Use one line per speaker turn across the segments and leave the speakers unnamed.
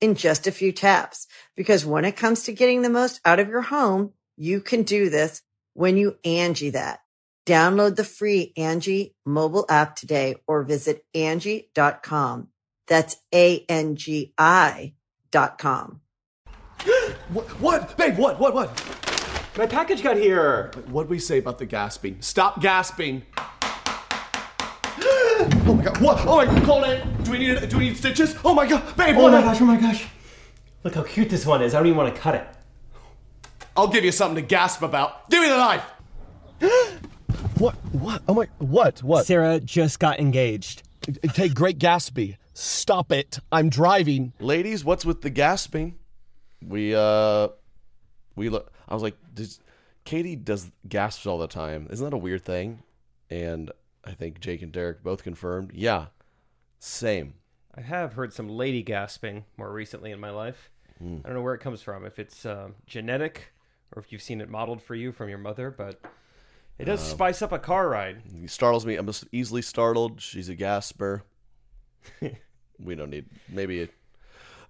in just a few taps. Because when it comes to getting the most out of your home, you can do this when you Angie that. Download the free Angie mobile app today or visit Angie.com. That's A-N-G-I dot com.
What, what? Babe, what, what, what?
My package got here.
What'd we say about the gasping? Stop gasping! oh my god, what? Oh my god, call it! Do we need, do we need stitches? Oh my god, babe,
Oh
what?
my gosh, oh my gosh. Look how cute this one is. I don't even want to cut it.
I'll give you something to gasp about. Give me the knife! what, what? Oh my, what, what?
Sarah just got engaged.
Take great Gatsby. Stop it. I'm driving. Ladies, what's with the gasping? We, uh, we look. I was like, does, Katie does gasps all the time. Isn't that a weird thing? And I think Jake and Derek both confirmed. Yeah. Same.
I have heard some lady gasping more recently in my life.
Hmm.
I don't know where it comes from, if it's um, genetic or if you've seen it modeled for you from your mother, but it does
Um,
spice up a car ride.
He startles me. I'm just easily startled. She's a gasper. we don't need maybe. It,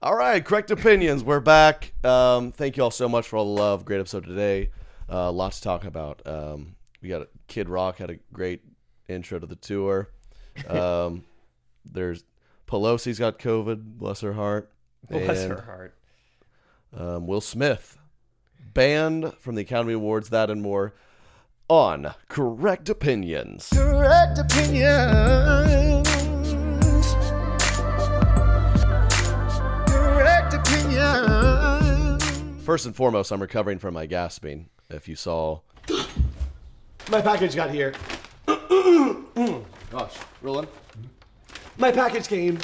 all right, correct opinions. We're back. Um, thank you all so much for all the love. Great episode today. Uh, lots to talk about. Um, we got Kid Rock had a great intro to the tour. Um, there's Pelosi's got COVID. Bless her heart.
Bless
And,
her heart.
Um, Will Smith banned from the Academy Awards. That and more on correct opinions.
correct opinions. Correct opinions.
First and foremost, I'm recovering from my gasping. If you saw,
My package got here.
gosh, Roland,
My package came.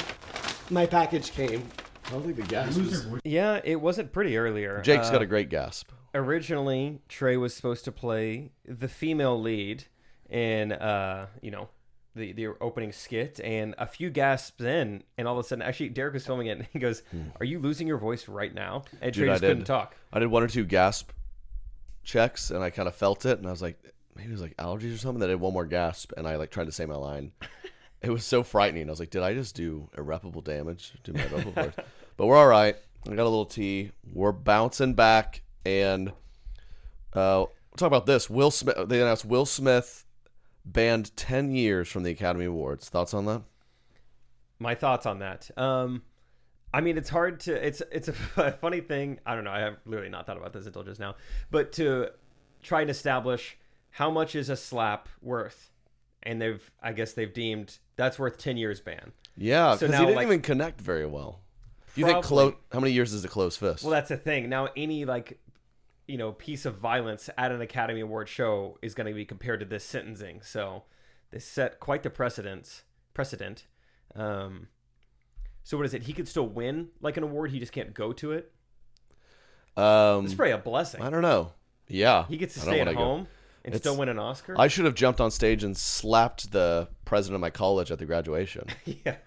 My package came.
I don't think the gasp. Was...
Yeah, it wasn't pretty earlier.
Jake's
Uh,
got a great gasp.
originally Trey was supposed to play the female lead in uh, you know, the the opening skit and a few gasps in and all of a sudden actually Derek was filming it and he goes, Are you losing your voice right now? And Trey
Hmm. Dude, I
just couldn't
did.
talk.
I did one or two gasp checks, and I kind of felt it, and I was like, maybe it was like allergies or something. That I did one more gasp, and I like tried to say my line. it was so frightening. I was like, did I just do irreparable damage to my vocal cords? But we're all right. I got a little tea. We're bouncing back, and uh, talk about this. Will Smith. They announced Will Smith banned ten years from the Academy Awards. Thoughts on that?
my thoughts on that. Um, I mean, it's hard to. It's it's a funny thing. I don't know. I have literally not thought about this until just now. But to try and establish how much is a slap worth, and they've I guess they've deemed that's worth ten years ban.
Yeah,
So
because
now,
he didn't
like-
even connect very well. Do you think
Probably.
close? How many years is a closed fist?
Well, that's the thing. Now, any like you know piece of violence at an Academy Award show is going to be compared to this sentencing. So they set quite the precedent. Precedent. Um, so what is it? He could still win like an award. He just can't go to it.
um,
It's probably a blessing.
I don't know. Yeah,
He gets to
I don't
stay at
wanna go-
home and
It's-
still win an Oscar.
I should have jumped on stage and slapped the president of my college at the graduation.
yeah.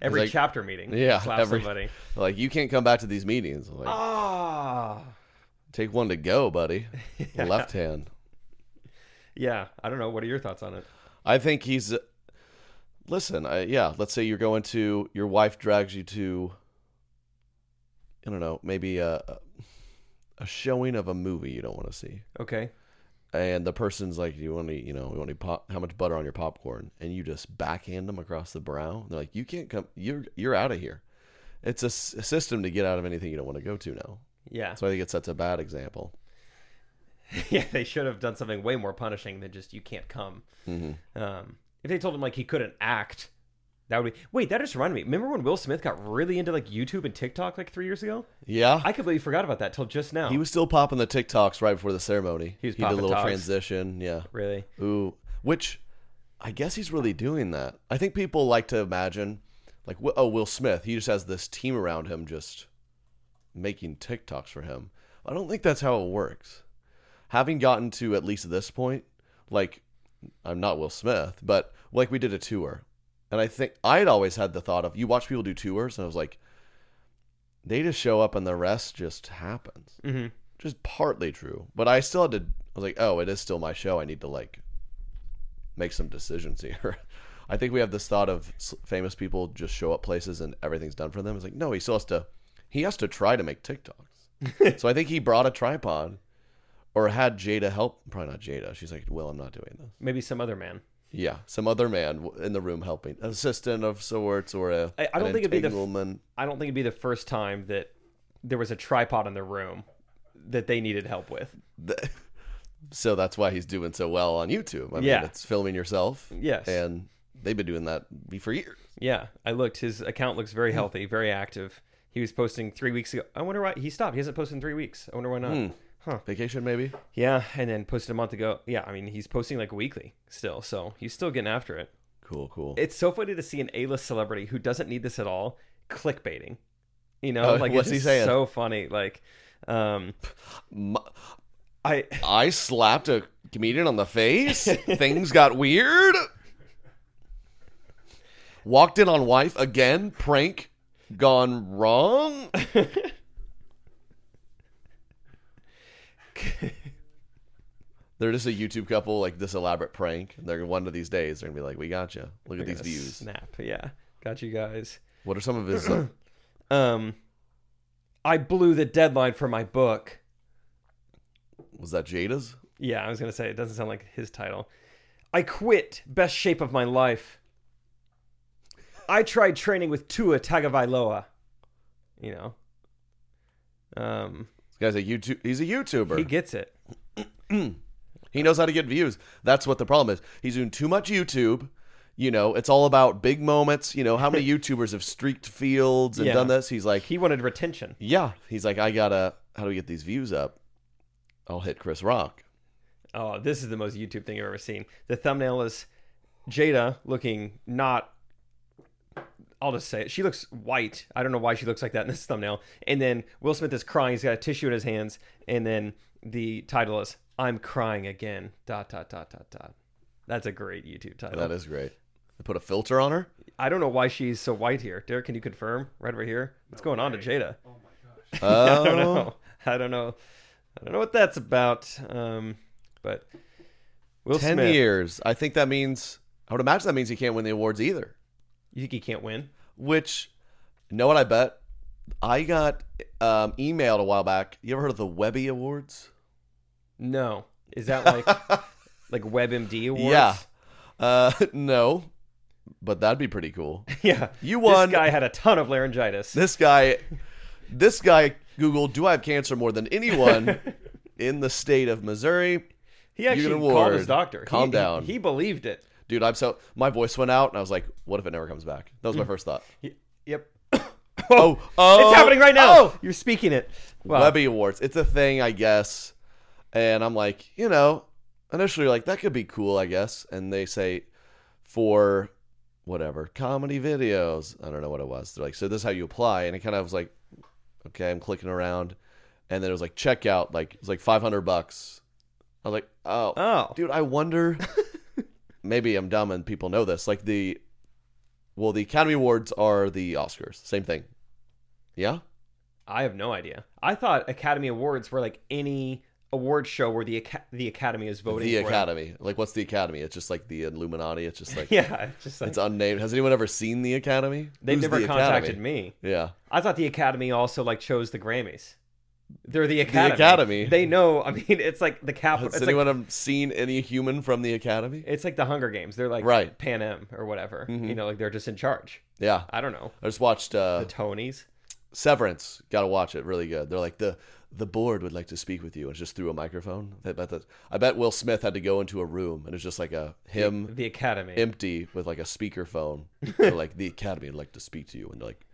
Every
like-
chapter meeting,
Yeah,
slap
every-
somebody.
like you can't come back to these meetings. I'm Like,
Oh. Ah,
take one to go, buddy. Left hand.
yeah. I don't know. What are your thoughts on it?
I think he's. uh, Listen, I, yeah. Let's say you're going to your wife drags you to. I don't know, maybe a a showing of a movie you don't want to see.
Okay,
and the person's like, "You want to, you know, you want to pop, how much butter on your popcorn?" And you just backhand them across the brow. And they're like, "You can't come. You're you're out of here." It's a, s- a system to get out of anything you don't want to go to now.
yeah.
So I think it sets a bad example.
yeah, they should have done something way more punishing than just you can't come.
Mm-hmm.
Um, if they told him like he couldn't act, that would be. Wait, that just reminded me. Remember when Will Smith got really into like YouTube and TikTok like three years ago?
Yeah.
I completely forgot about that till just now.
he was still popping the TikToks right before the ceremony.
He was
did a
popping
little
togs.
transition. Yeah.
really.
Ooh, which I guess he's really doing that. I think people like to imagine, like, Wi- oh, Will Smith, he just has this team around him just making TikToks for him. I don't think that's how it works. Having gotten to at least this point, like, I'm not Will Smith, but like we did a tour. And I think I had always had the thought of you watch people do tours, and I was like, they just show up and the rest just happens. Mm-hmm. Just partly true. But I still had to, I was like, oh, it is still my show. I need to like make some decisions here. I think we have this thought of s- famous people just show up places and everything's done for them. It's like no, he still has to he has to try to make TikToks. so I think he brought a tripod or had Jada help. Probably not Jada. She's like, well, I'm not doing this.
Maybe some other man.
Yeah, some other man w- in the room helping, assistant of sorts or a.
I- I don't
an
think it'd be the f-
entanglement.
I don't think it'd be the first time that there was a tripod in the room that they needed help with.
so that's why he's doing so well on YouTube. I mean,
Yeah.
it's filming yourself.
Yes.
and they've been doing that for years.
Yeah, I looked. His account looks
Hmm.
very healthy, very active. He was posting three weeks ago. I wonder why he stopped. He hasn't posted in three weeks. I wonder why not.
Hmm. Vacation maybe.
Yeah, and then posted a month ago. Yeah, I mean he's posting like weekly still, so he's still getting after it.
Cool, cool.
It's so funny to see an A-list celebrity who doesn't need this at all clickbaiting. You know,
Oh,
like
what's
it's
he
just
saying?
So funny, like, um,
My-
I
I slapped a comedian on the face. Things got weird. Walked in on wife again. Prank gone wrong. They're just a YouTube couple, like this elaborate prank. And They're one of these days. They're gonna be like, "We got you. Look at these views."
snap. Yeah, got you guys.
What are some of his? uh,
Um, I blew the deadline for my book.
was that Jada's?
Yeah, I was gonna say it doesn't sound like his title. I quit. Best shape of my life. I tried training with Tua Tagovailoa. You know. Um,
This guy's a YouTube. He's a YouTuber.
he gets it.
He knows how to get views. That's what the problem is. He's doing too much YouTube. You know, it's all about big moments. You know, how many YouTubers have streaked fields and
Yeah.
done this? He's like,
He wanted retention.
yeah. He's like, I gotta. How do we get these views up? I'll hit Chris Rock.
Oh, this is the most YouTube thing I've ever seen. The thumbnail is Jada looking not. I'll just say it. She looks white. I don't know why she looks like that in this thumbnail. And then Will Smith is crying. He's got a tissue in his hands. And then the title is "I'm crying again." Dot dot dot dot dot. That's a great YouTube title.
That is great. I put a filter on her.
I don't know why she's so white here. Derek, can you confirm right over here? What's going on to Jada? I don't
Oh,
know. I don't know. I don't know what that's about. Um, but Will
ten
Smith.
years. I think that means. I would imagine that means he can't win the awards either.
You think he can't win?
Which, you know what? I bet I got um, emailed a while back. You ever heard of the Webby Awards?
No. Is that like like WebMD awards?
Yeah. Uh, no, but that'd be pretty cool.
yeah.
You won.
This guy had a ton of laryngitis.
This guy, this guy Googled, "Do I have cancer?" more than anyone in the state of Missouri.
he actually
get an
called his
award.
doctor. He-
Calm
he-
down.
He, believed it.
Dude, I'm so my voice went out, and I was like, "What if it never comes back?" That was my first thought.
He- yep.
Oh, oh,
Mm. it's happening right now.
oh!
You're speaking it. Wow.
Webby Awards, it's a thing, I guess. And I'm like, you know, initially you're like that could be cool, I guess. And they say for whatever comedy videos, I don't know what it was. They're like, so this is how you apply, and it kind of was like, okay, I'm clicking around, and then it was like checkout, like it was like 500 bucks. I was like, oh,
Oh.
dude, I wonder. maybe I'm dumb and people know this. Like the, well, the Academy Awards are the Oscars, same thing. Yeah.
I have no idea. I thought Academy Awards were like any award show where the Aca- the Academy is voting
the
for it.
Academy. Like, what's the Academy? It's just like the Illuminati. It's just like
Yeah, it's just like
it's unnamed. Has anyone ever seen the Academy?
they've
Who's
never
the
contacted
Academy?
me.
Yeah,
I thought the Academy also like chose the Grammys. They're the Academy.
Academy.
They know. I mean, it's like the capital.
has
it's like
anyone um seen any human from the Academy?
It's like the Hunger Games. They're like
Right. Mm-hmm.
Pan Am or whatever. You know, like they're just in charge.
Yeah,
I don't know.
I just watched uh,
The Tonys.
Severance. Got to watch it. Really good. They're like the the board would like to speak with you, and it's just through a microphone. I bet that I bet Will Smith had to go into a room, and it's just like a him
The Academy.
empty with like a speakerphone. They're like the Academy would like to speak to you in like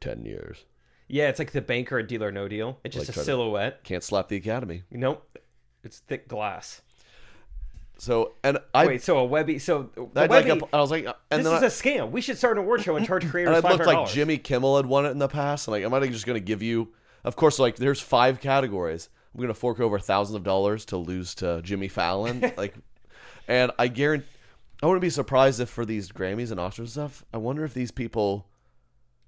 ten years.
yeah, it's like the banker at Deal or No Deal. It's
Like,
just a
try to-
silhouette.
Can't slap the Academy.
Nope. It's thick glass.
So and I
Wait, so a Webby. So the
I'd like
Webby,
up, I was like, uh, and
this
then
is
I,
a scam. We should start an award show and charge
and
creators
it
five
looked
hundred
like
dollars.
Jimmy Kimmel had won it in the past. And like, am I just going to give you? Of course, like there's five categories. I'm going to fork over thousands of dollars to lose to Jimmy Fallon. like, and I guarantee, I wouldn't be surprised if for these Grammys and Oscars and stuff, I wonder if these people,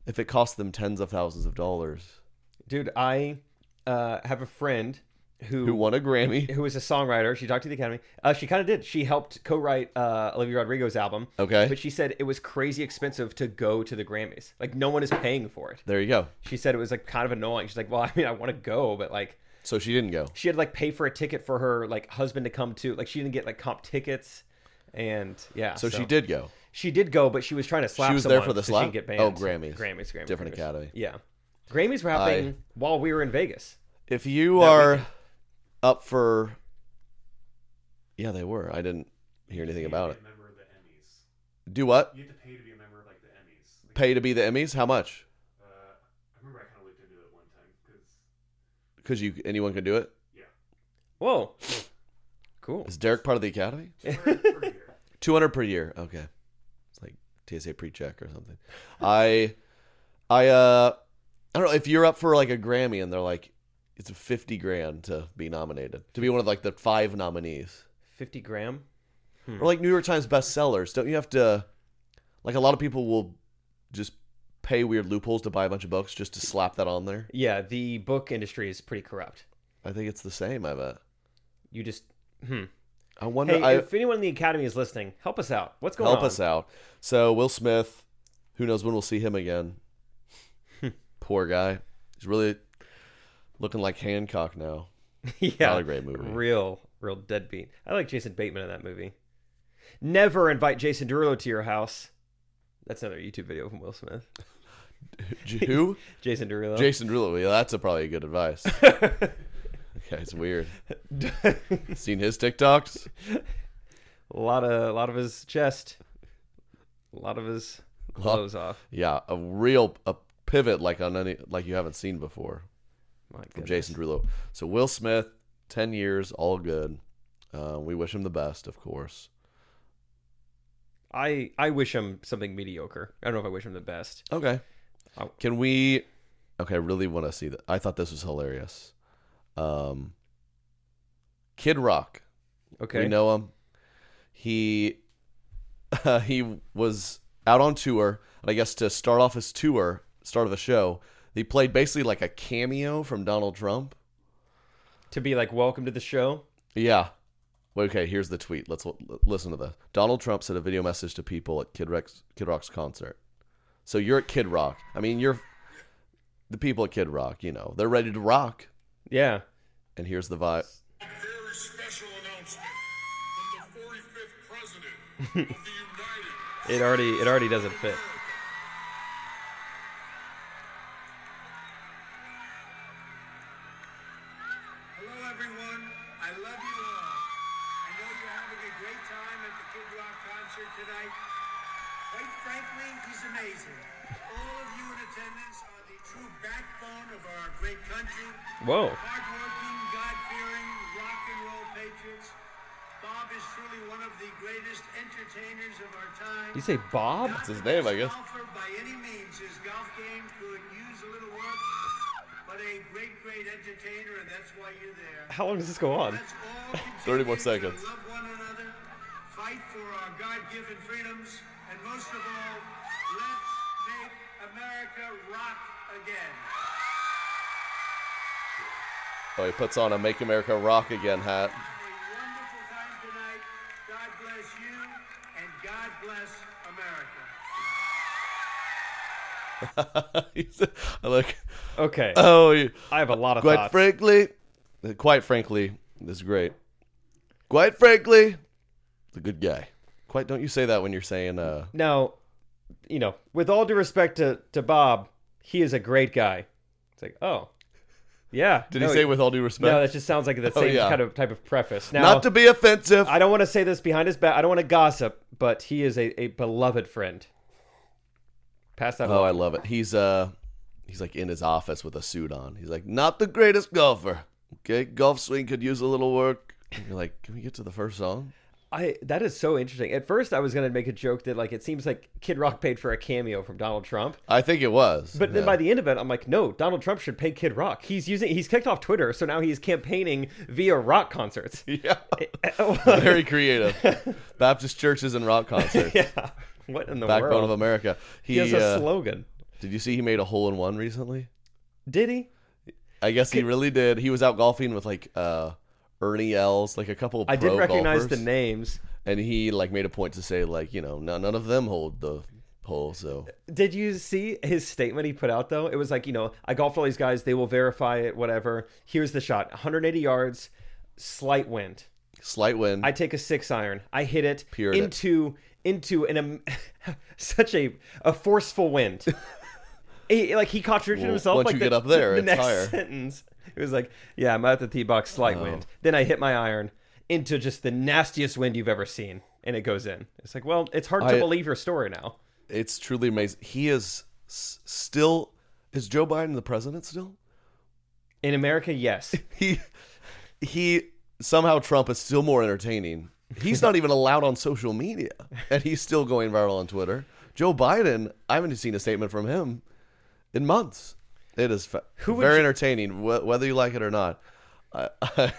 if it cost them tens of thousands of dollars,
Dude, I uh, have a friend who
who won a Grammy.
who is a songwriter. She talked to the Academy. Uh, she kind of did. She helped co-write uh, Olivia Rodrigo's album.
Okay.
but she said it was crazy expensive to go to the Grammys. Like no one is paying for it.
There you go.
She said it was like kind of annoying. She's like, well, I mean, I want to go, but like
So she didn't go.
she had to like pay for a ticket for her like husband to come to. Like she didn't get like comp tickets, and yeah.
So, she did go.
She did go, but she was trying to slap.
She was
someone,
there for the
so
slap?
She didn't get banned.
Oh, Grammys.
Grammys, Grammys,
Different
Grammys.
Academy.
Yeah, Grammys were happening while we were in Vegas.
If you
That
are
weekend.
up for, yeah, they were. I didn't hear anything about it.
a member of the Emmys.
Do what?
You have to pay to be a member of like the Emmys. Like,
Pay to be the Emmys? How much?
uh, I remember I kind of looked into it one time because
Because you anyone can do it.
Whoa, cool.
Is Derek part of the Academy?
per year.
Two hundred per year. Okay, it's like TSA pre-check or something. I, I, uh, I don't know if you're up for like a Grammy and they're like, it's fifty grand to be nominated to be one of like the five nominees
Fifty gram.
or like New York Times bestsellers. Don't you have to, like a lot of people will just pay weird loopholes to buy a bunch of books just to slap that on there.
Yeah, the book industry is pretty corrupt.
I think it's the same. I bet.
You just hmm.
I wonder.
Hey,
I,
if anyone in the academy is listening, help us out. What's going
help
on?
us out. So Will Smith, who knows when we'll see him again? Poor guy. He's really looking like Hancock now.
yeah,
Not a great movie.
Real, real deadbeat. I like Jason Bateman in that movie. Never invite Jason Derulo to your house. That's another YouTube video from Will Smith.
J- who?
Jason Derulo.
Jason Derulo. Yeah, that's a, probably good advice. yeah, it's weird. Seen his TikToks?
a lot of, a lot of his chest, a lot of his clothes off.
Yeah, a real a pivot like on any like you haven't seen before
My
from
goodness.
Jason Derulo. So Will Smith, ten years, all good. Uh, we wish him the best, of course.
I, I wish him something mediocre. I don't know if I wish him the best.
Okay.
Oh.
Can we? Okay, I really want to see that. I thought this was hilarious. Um, Kid Rock,
Okay.
we know him. He he was out on tour, and I guess to start off his tour, start of the show, he played basically like a cameo from Donald Trump.
To be like, welcome to the show.
Yeah. Well, Okay, here's the tweet. Let's l- listen to this. Donald Trump sent a video message to people at Kid, Rex, Kid Rock's concert. So you're at Kid Rock. I mean, you're the people at Kid Rock, you know, they're ready to rock.
Yeah.
And here's the vibe.
very special announcement from the 45th President of the United
It already, it already doesn't fit.
Hello, everyone. I love you all. I know you're having a great time at the Kid Rock concert tonight. Quite frankly, he's amazing. All of you in attendance are the true backbone of our great country.
Whoa.
Hardworking, God-fearing, rock and roll patriots. Bob is truly one of the greatest entertainers of our time.
You say Bob?
Not
his
the
name,
best
I guess.
golfer by any means. His golf game could use a little work, but a great, great entertainer, and that's why you're there.
How long does this go on?
Let's all
30
continue
more
to
seconds.
love one another, fight for our God-given freedoms, and most of all, let's make America rock again.
Oh, he puts on a Make America Rock Again hat.
Have a wonderful time tonight. God bless you, and God bless America.
He's- I like,
Okay.
oh, you-
I have a lot of
quite
thoughts.
frankly, quite frankly, this is great. Quite frankly, it's a good guy. Quite, don't you say that when you're saying, uh,
Now, you know, with all due respect to, to Bob, he is a great guy. It's like, oh, Yeah.
Did he
No,
say with all due respect?
No, that just sounds like the
Oh,
same
yeah.
kind of type of preface. Now,
Not to be offensive.
I don't want to say this behind his back. I don't want to gossip, but he is a, a beloved friend. Pass that.
Oh, I
along.
love it. He's uh he's like in his office with a suit on. He's like, not the greatest golfer. Okay, golf swing could use a little work. And you're like, can we get to the first song?
I that is so interesting. At first, I was gonna make a joke that like it seems like Kid Rock paid for a cameo from Donald Trump,
I think it was.
but then
Yeah.
by the end of it, I'm like, no, Donald Trump should pay Kid Rock. He's using he's kicked off Twitter, so now he's campaigning via rock concerts.
yeah, very creative. Baptist churches and rock concerts.
yeah, what in the
Backbone
world?
of America. He,
He has a
uh,
slogan.
did you see he made a hole in one recently?
Did he?
I guess he really did. He was out golfing with like uh Ernie Els, like a couple of
I did
pro
recognize
golfers.
the names.
and he like made a point to say like you know no- none of them hold the hole so
Did you see his statement he put out though? It was like, you know, I golfed all these guys, they will verify it, whatever. Here's the shot. 180 yards, slight wind.
slight win.
I take a six iron. I hit it
Pure it.
into into an um, such a a forceful wind. he, like he contradicted
Well,
himself.
once
like
you
the,
get up there,
the
it's
next
higher.
sentence. It was like, yeah, I'm at the tee box, slight wind.
Oh.
Then I hit my iron into just the nastiest wind you've ever seen, and it goes in. It's like, well, it's hard to
I-
believe your story now.
it's truly amazing. He is s- still is Joe Biden the president still?
In America, yes.
He he somehow Trump is still more entertaining. He's not even allowed on social media, and he's still going viral on Twitter. Joe Biden, I haven't seen a statement from him in months. It is fa-
would
very
you-
entertaining, wh- whether you like it or not. I,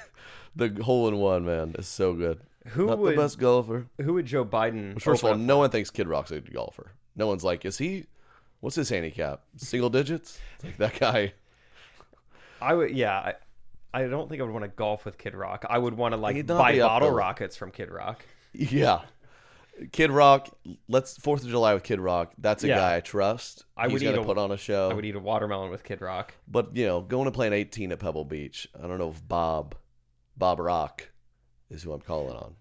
the hole in one man is so good.
Who
not
would-
the best golfer?
Who would Joe Biden?
First of all,
open up-
no one thinks Kid Rock's a good golfer. No one's like, is he? What's his handicap? Single digits? It's like that guy.
I would. Yeah. I, I don't think I would want to golf with Kid Rock. I would want to like
He'd not
buy
be up
bottle
there.
rockets from Kid Rock.
Yeah, Kid Rock. Let's Fourth of July with Kid Rock. That's a
Yeah.
guy I trust.
I
He's
would eat
gonna
a-
put on a show.
I would eat a watermelon with Kid Rock.
But you know, going to play an 18 at Pebble Beach. I don't know if Bob, Bob Rock, is who I'm calling on.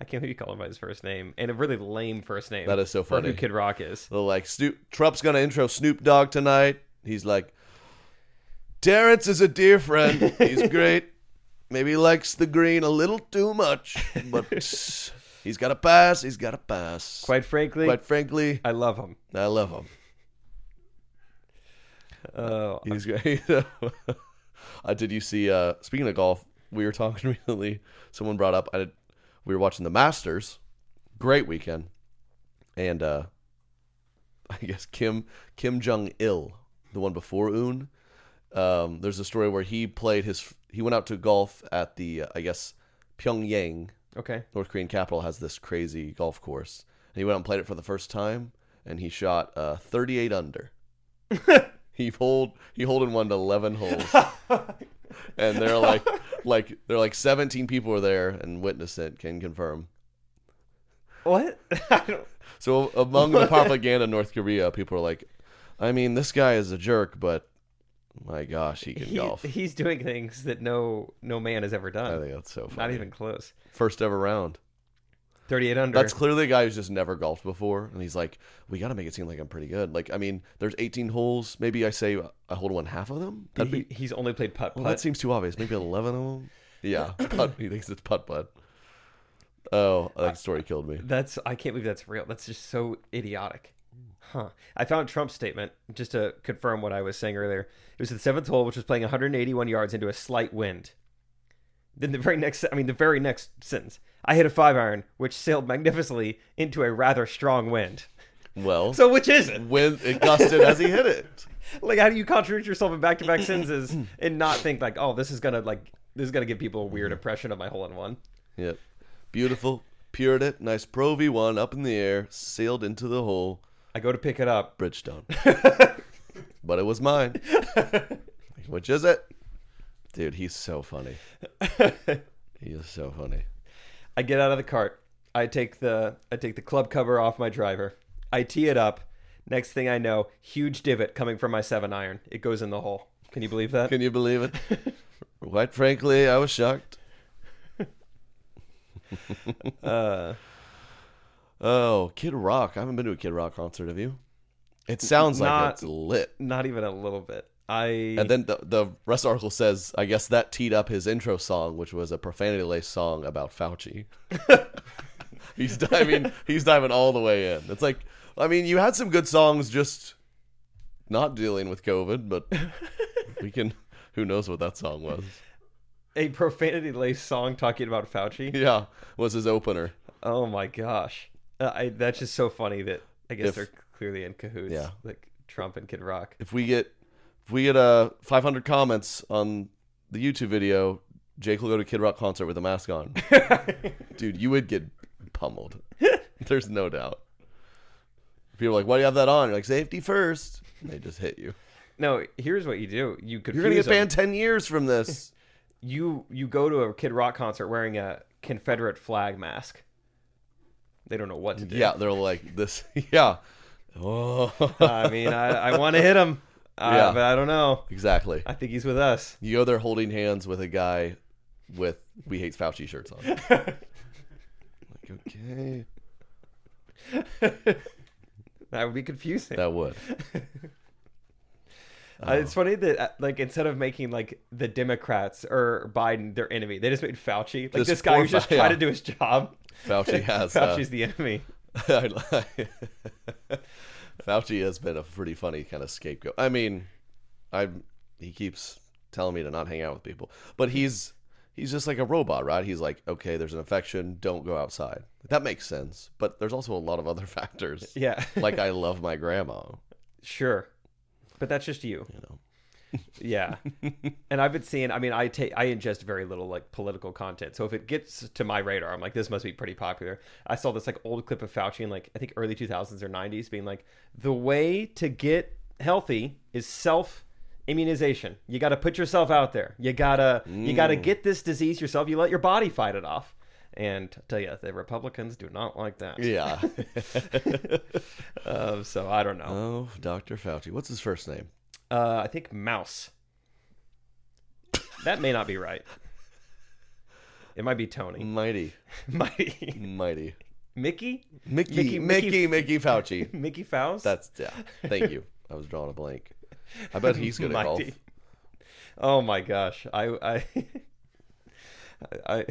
I can't believe you call him by his first name and a really lame first name.
That is so
for
funny.
who Kid Rock is.
They're like Snoop Trump's gonna intro Snoop Dogg tonight. He's like, Terrence is a dear friend. He's great. Maybe he likes the green a little too much, but he's got a pass. He's got a pass.
Quite frankly,
Quite frankly,
I love him.
I love him.
Oh,
He's great. uh, did you see? Uh, speaking of golf, we were talking recently. Someone brought up. I did, we were watching the Masters. Great weekend, and uh, I guess Kim Kim Jong Il, the one before Un. Um, there's a story where he played his. He went out to golf at the uh, I guess Pyongyang
okay.
North Korean capital has this crazy golf course, and he went out and played it for the first time, and he shot uh, 38 under. he holed he holed in one to 11 holes, and they're like like they're like 17 people were there and witnessed it can confirm.
What? I don't-
So among the propaganda in North Korea, people are like, I mean, this guy is a jerk, but my gosh, he can
he-
golf.
he's doing things that no no man has ever
I
done.
think that's so funny.
Not even close.
first ever round.
Thirty eight under.
That's clearly a guy who's just never golfed before, and he's like, "We got to make it seem like I'm pretty good." Like, I mean, there's 18 holes. Maybe I say I hold one half of them. That'd
He-
be
he's only played putt putt.
well, that seems too obvious. Maybe 11 of them. Yeah, putt, he thinks it's putt putt. Oh, that story killed me.
That's I can't believe that's real. That's just so idiotic. Huh. I found Trump's statement just to confirm what I was saying earlier. It was the seventh hole, which was playing 181 yards into a slight wind. Then the very next, I mean, the very next sentence, I hit a five iron, which sailed magnificently into a rather strong wind.
Well,
So which is it?
when it gusted as he hit it.
Like, how do you contradict yourself in back-to-back sentences and not think like, oh, this is gonna like this is gonna give people a weird impression of my hole in one?
Yep, beautiful, pured it. Nice Pro V1 up in the air, sailed into the hole,
I go to pick it up.
Bridgestone. but it was mine. Which is it? Dude, he's so funny. He is so funny.
I get out of the cart. I take the I take the club cover off my driver. I tee it up. Next thing I know, huge divot coming from my seven iron. It goes in the hole. Can you believe that?
Can you believe it? Quite frankly, I was shocked. oh, Kid Rock. I haven't been to a Kid Rock concert, have you? It sounds like
Not-
it's lit.
Not even a little bit. I
And then the, the rest of the article says, I guess that teed up his intro song, which was a profanity laced song about Fauci. he's diving he's diving all the way in. It's like I mean, you had some good songs just not dealing with COVID, but we can who knows what that song was.
a profanity laced song talking about Fauci.
Yeah. Was his opener.
Oh my gosh, uh, I, that's just so funny that I guess
If-
they're clearly in cahoots.
Yeah.
like Trump and Kid Rock.
If we get if we get uh five hundred comments on the YouTube video, Jake will go to Kid Rock concert with a mask on. Dude, you would get pummeled. There's no doubt. People are like, "Why do you have that on?" You're like, "Safety first. And They just hit you.
No, here's what you do: you confuse
You're gonna get
them.
banned ten years from this.
You you go to a Kid Rock concert wearing a Confederate flag mask. They don't know what to do.
yeah, they're like this. Yeah. Oh.
I mean, I, I want to hit him, uh,
Yeah.
but I don't know.
exactly.
I think he's with us.
You go there holding hands with a guy with "We Hate Fauci" shirts on. like, okay,
That would be confusing.
that would.
Uh, it's funny that uh, like instead of making like the Democrats or Biden their enemy, they just made Fauci like
Just
this guy
poor
who's just
Fau-
trying
yeah.
to do his job.
Fauci has. uh,
Fauci's the enemy.
I li- Fauci has been a pretty funny kind of scapegoat. I mean, I he keeps telling me to not hang out with people, but he's he's just like a robot, right? He's like, okay, there's an infection, don't go outside. That makes sense, but there's also a lot of other factors.
Yeah,
like I love my grandma.
sure, but that's just you.
You know,
Yeah, and I've been seeing. I mean, I take I ingest very little like political content, so if it gets to my radar, I'm like, this must be pretty popular. I saw this like old clip of Fauci in like I think early 2000s or 90s, being like, the way to get healthy is self immunization. You got to put yourself out there. You gotta you
Mm.
gotta get this disease yourself. You let your body fight it off. And I tell you, the Republicans do not like that.
yeah.
Um, so I don't know.
oh, Doctor Fauci. What's his first name?
Uh, I think mouse. That may not be right. It might be Tony.
Mighty,
Mighty.
mighty.
Mickey?
Mickey, Mickey,
Mickey-
Mickey,
Mickey-
Fauci.
Mickey Faust?
That's yeah. Thank you. I was drawing a blank. I bet he's good at golf.
Mighty. Oh my gosh. I I I, I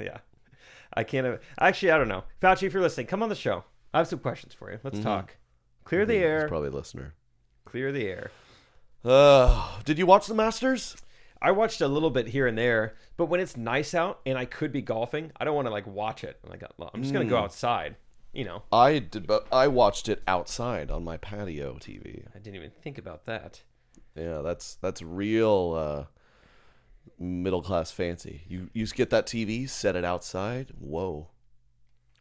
yeah. I can't have, actually I don't know. Fauci, if you're listening, come on the show. I have some questions for you.
Mm-hmm.
Let's talk. Clear the
He's
air.
probably a listener.
Clear the air.
Uh, did you watch the Masters?
I watched a little bit here and there, but when it's nice out and I could be golfing, I don't want to like watch it. I'm like, well, I'm just gonna
Mm.
go outside. You know,
I did, but I watched it outside on my patio TV.
I didn't even think about that.
Yeah, that's that's real uh, middle class fancy. You you get that TV, set it outside. Whoa,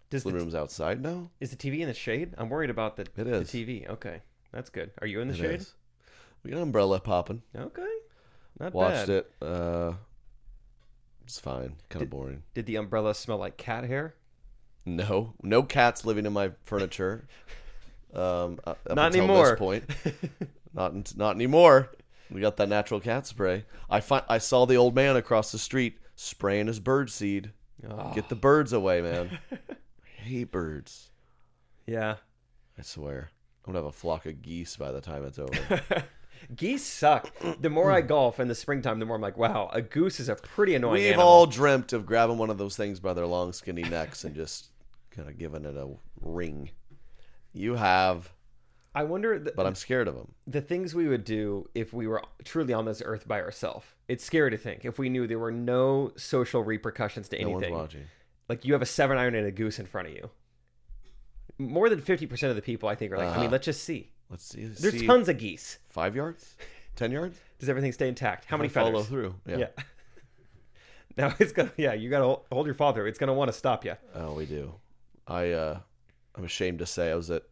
Does
the
the,
room's outside now.
is the TV in the shade? I'm worried about the,
It
the
is.
TV. Okay, that's good. Are you in the
It
shade?
is. We got an umbrella popping.
Okay, not
Watched
bad.
it. Uh, it's fine. Kind of boring.
Did the umbrella smell like cat hair?
No, no cats living in my furniture. Um, uh, up
Not
until
anymore.
This point, not not anymore. We got that natural cat spray. I find I saw the old man across the street spraying his bird seed. Get the birds away, man. I hate birds.
Yeah,
I swear, I'm gonna have a flock of geese by the time it's over.
geese suck. The more I golf in the springtime, the more I'm like, wow, a goose is a pretty annoying.
We've
animal.
all dreamt of grabbing one of those things by their long, skinny necks and just kind of giving it a ring. You have,
I wonder. th-
but I'm scared of them.
the things we would do if we were truly on this earth by ourselves. It's scary to think if we knew there were no social repercussions to
No one's
anything.
watching.
like you have a seven iron and a goose in front of you. More than fifty percent of the people I think are like, I mean, let's just Uh, see.
Let's see.
There's
see.
tons of geese.
five yards, ten yards.
Does everything stay intact? How many
I follow
feathers?
through. Yeah.
Yeah. now it's gonna. Yeah, you gotta hol- hold your father. It's gonna want to stop you.
Oh, we do. I uh, I'm ashamed to say I was at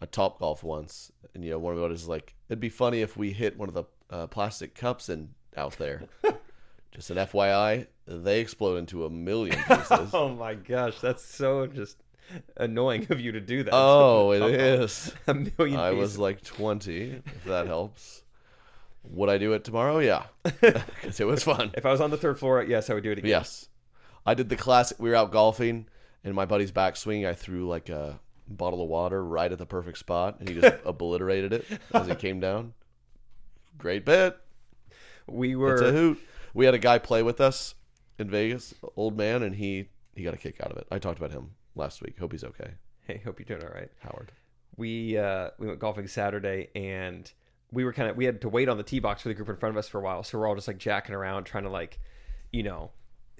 a top golf once, and you know one of the is like, it'd be funny if we hit one of the uh, plastic cups and out there. Just an FYI, they explode into a million pieces.
Oh my gosh, that's so just annoying of you to do that.
oh, it is.
a million.
I was
pieces.
like 20. If that helps. Would I do it tomorrow? Yeah, because it was fun.
If I was on the third floor, yes, I would do it again.
Yes. I did the classic. We were out golfing, and my buddy's backswing, I threw like a bottle of water right at the perfect spot, and he just obliterated it as it came down. Great bit.
We
It's a
were
hoot. We had a guy play with us in Vegas, old man, and he he got a kick out of it. I talked about him last week. Hope he's okay,
Hey, hope you're doing all right.
Howard.
we uh, we went golfing Saturday and we were kind of we had to wait on the tee box for the group in front of us for a while, so we're all just like jacking around trying to like, you know,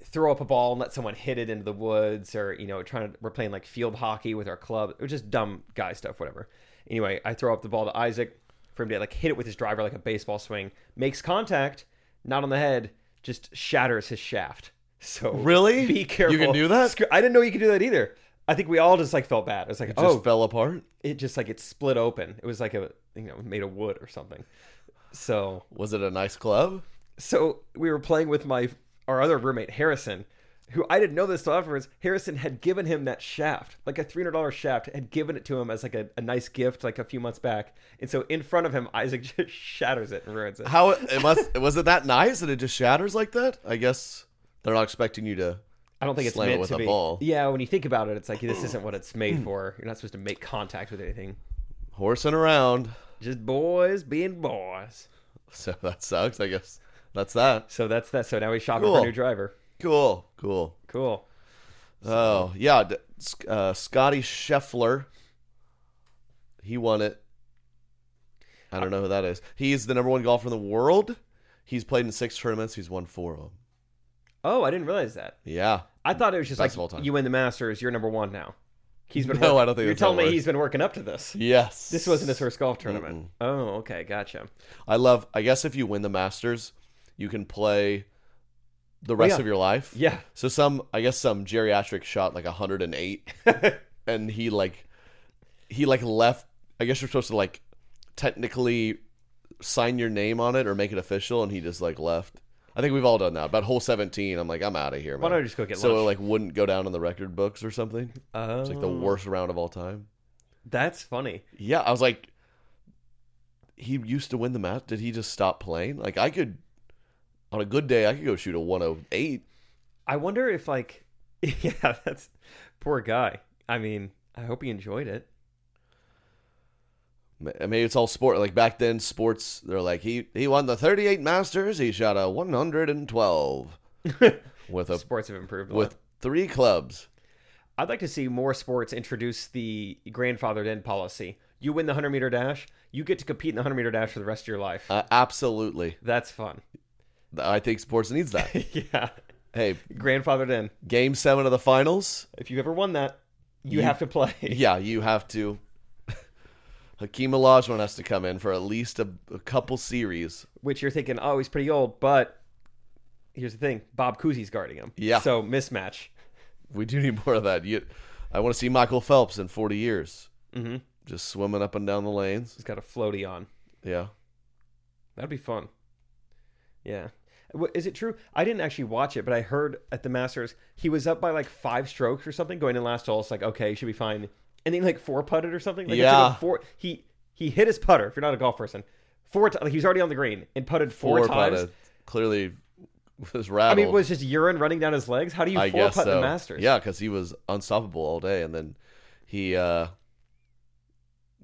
throw up a ball and let someone hit it into the woods or you know trying to we're playing like field hockey with our club. It was just dumb guy stuff, whatever. Anyway, I throw up the ball to Isaac for him to like hit it with his driver like a baseball swing, makes contact, not on the head, just shatters his shaft. So
Really?
be
You can
careful.
do that?
Screw- I didn't know you could do that either. I think we all just like felt bad. It was like,
Just
oh,
fell apart.
it just like it split open. It was like a you know made of wood or something. So
Was it a nice club?
so we were playing with my our other roommate Harrison, who I didn't know this till afterwards. Harrison had given him that shaft, like a three hundred dollar shaft, had given it to him as like a, a nice gift, like a few months back. And so in front of him, Isaac just shatters it and ruins it.
How it must was it that nice that it just shatters like that? I guess they're not expecting you to.
I don't think it's
Slam it
meant
with
to
a
be.
ball.
Yeah, when you think about it, it's like this isn't what it's made for. You're not supposed to make contact with anything.
horsing around.
Just boys being boys.
So that sucks. I guess that's that.
So that's that. So now he's shopping for
Cool.
a new driver.
Cool. Cool.
Cool.
Oh yeah, d- S- uh, Scotty Scheffler. He won it. I don't know who that is. He's the number one golfer in the world. He's played in six tournaments. He's won four of them.
Oh, I didn't realize that.
Yeah,
I thought it was just
Best of all
like
time.
you win the Masters, you're number one now. He's been
No,
work-
I don't think
you're
that's how it
telling me
works.
he's been working up to this.
yes.
This wasn't his first golf tournament. Oh, okay, gotcha.
I love. I guess if you win the Masters, you can play the rest
Oh, yeah.
of your life.
Yeah,
So some, I guess some geriatric shot like 108, and he like, he like left. I guess you're supposed to like, technically, sign your name on it or make it official, and he just like left. I think we've all done that. About hole 17, I'm like, I'm out of here. Man.
Why don't I just go get
so it
lunch?
like wouldn't go down in the record books or something.
oh,
It's like the worst round of all time.
that's funny.
Yeah, I was like, he used to win the match. Did he just stop playing? Like I could, on a good day, I could go shoot a 108.
I wonder if like, yeah, that's poor guy. I mean, I hope he enjoyed it.
Ma- Maybe it's all sport. Like back then, sports they're like he he won the 38 Masters. He shot a 112 with a
Sports have improved. A
with
lot.
three clubs.
I'd like to see more sports introduce the grandfathered in policy. You win the hundred meter dash, you get to compete in the hundred meter dash for the rest of your life.
Uh, absolutely,
that's fun.
I think sports needs that.
yeah,
hey,
grandfathered in.
game seven of the finals.
If you've ever won that, you, have to play.
Yeah, you have to. Hakeem Olajuwon has to come in for at least a, a couple series.
Which you're thinking, oh, he's pretty old, but here's the thing: Bob Cousy's guarding him.
Yeah.
So mismatch.
We do need more of that. You, I want to see Michael Phelps in 40 years,
Mhm.
just swimming up and down the lanes.
He's got a floaty on.
Yeah.
That'd be fun. Yeah. Wha- Is it true? I didn't actually watch it, but I heard at the Masters he was up by like five strokes or something going in last hole. It's like okay, should be fine. And then like four putted or something. Like it took
Yeah.
him Four. He he hit his putter. If you're not a golf person, four. T- like he was already on the green and putted four, times.
putted. Clearly was
I
rattled.
mean, was just urine running down his legs? How do you
I
four
guess
putt in
so.
the Masters?
Yeah, because he was unstoppable all day, and then he, uh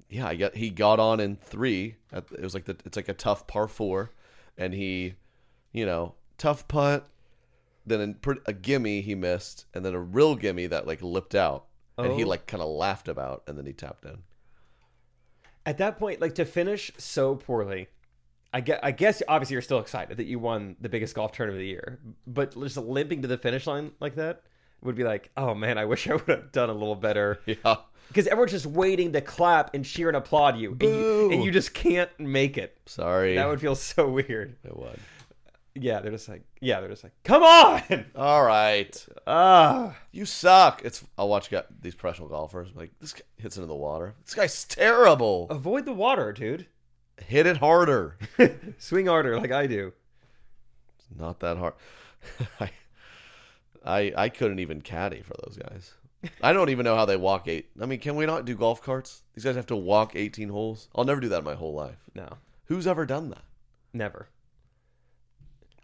yeah, I got he got on in three. At, it was like the it's like a tough par four, and he, you know, tough putt. Then in, pr- a gimme he missed, and then a real gimme that like lipped out, and he
Oh.
like kind of laughed about, and then he tapped in.
At that point, like to finish so poorly, I guess, I guess obviously you're still excited that you won the biggest golf tournament of the year, but just limping to the finish line like that would be like, oh man, I wish I would have done a little better.
Yeah,
Because everyone's just waiting to clap and cheer and applaud you, and you, and
Boo.
you just can't make it.
sorry.
That would feel so weird.
it would.
Yeah, they're just like, yeah, they're just like, come on!
All right.
Ah,
You suck. It's I'll watch guy, these professional golfers. I'm like this guy hits into the water. This guy's terrible.
avoid the water, dude.
Hit it harder.
Swing harder like I do.
Not that hard. I, I I couldn't even caddy for those guys. I don't even know how they walk eight. I mean, can we not do golf carts? These guys have to walk 18 holes. I'll never do that in my whole life.
No.
Who's ever done that?
Never.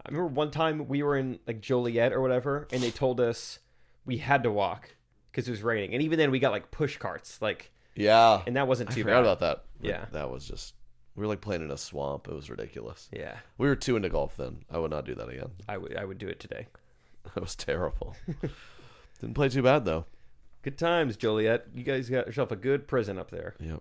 I remember one time we were in like Joliet or whatever, and they told us we had to walk because it was raining, and even then we got like push carts, like,
Yeah.
and that wasn't
I
too
forgot
bad.
about that.
Yeah.
That was just We were like playing in a swamp. It was ridiculous.
Yeah,
We were too into golf then. I would not do that again.
I would I would do it today.
That was terrible. Didn't play too bad though.
Good times, Joliet. You guys got yourself a good prison up there.
Yep.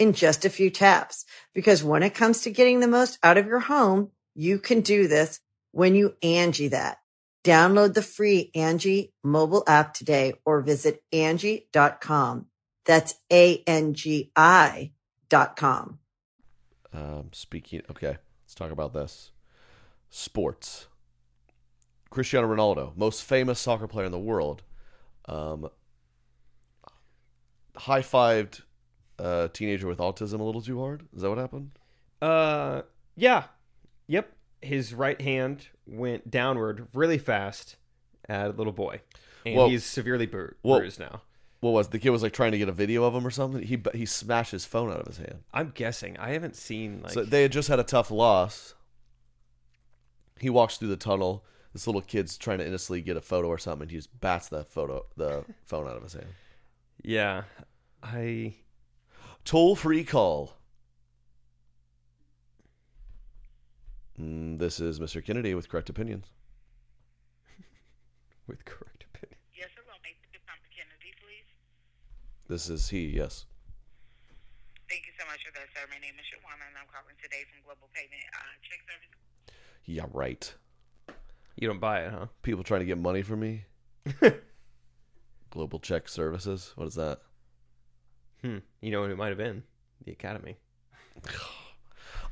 in just a few taps. Because when it comes to getting the most out of your home, you can do this when you Angie that. Download the free Angie mobile app today or visit Angie.com. That's A-N-G-I dot com.
Um, speaking. Okay, let's talk about this. Sports. Cristiano Ronaldo, most famous soccer player in the world, um, high fived a uh, teenager with autism a little too hard. Is that what happened?
Uh, yeah, yep. His right hand went downward really fast at a little boy, and
Well-
he's severely bru-
well-
bruised now.
What was the kid was like trying to get a video of him or something? He he smashed his phone out of his hand.
I'm guessing. I haven't seen like
So they had just had a tough loss. He walks through the tunnel. This little kid's trying to innocently get a photo or something. And he just bats the photo, the phone out of his hand.
yeah. I
Toll free call. Mm, this is Mr. Kennedy with correct opinions.
with correct opinion.
Yes, hello, may I speak to Mr. Kennedy, please?
This is he. Yes.
Thank you so much for that, sir. My name is Shawana, and I'm calling today from Global Payment uh, Check Service.
Yeah, right.
You don't buy it, huh?
People trying to get money from me. Global check services. What is that?
Hmm. You know what it might have been? The Academy.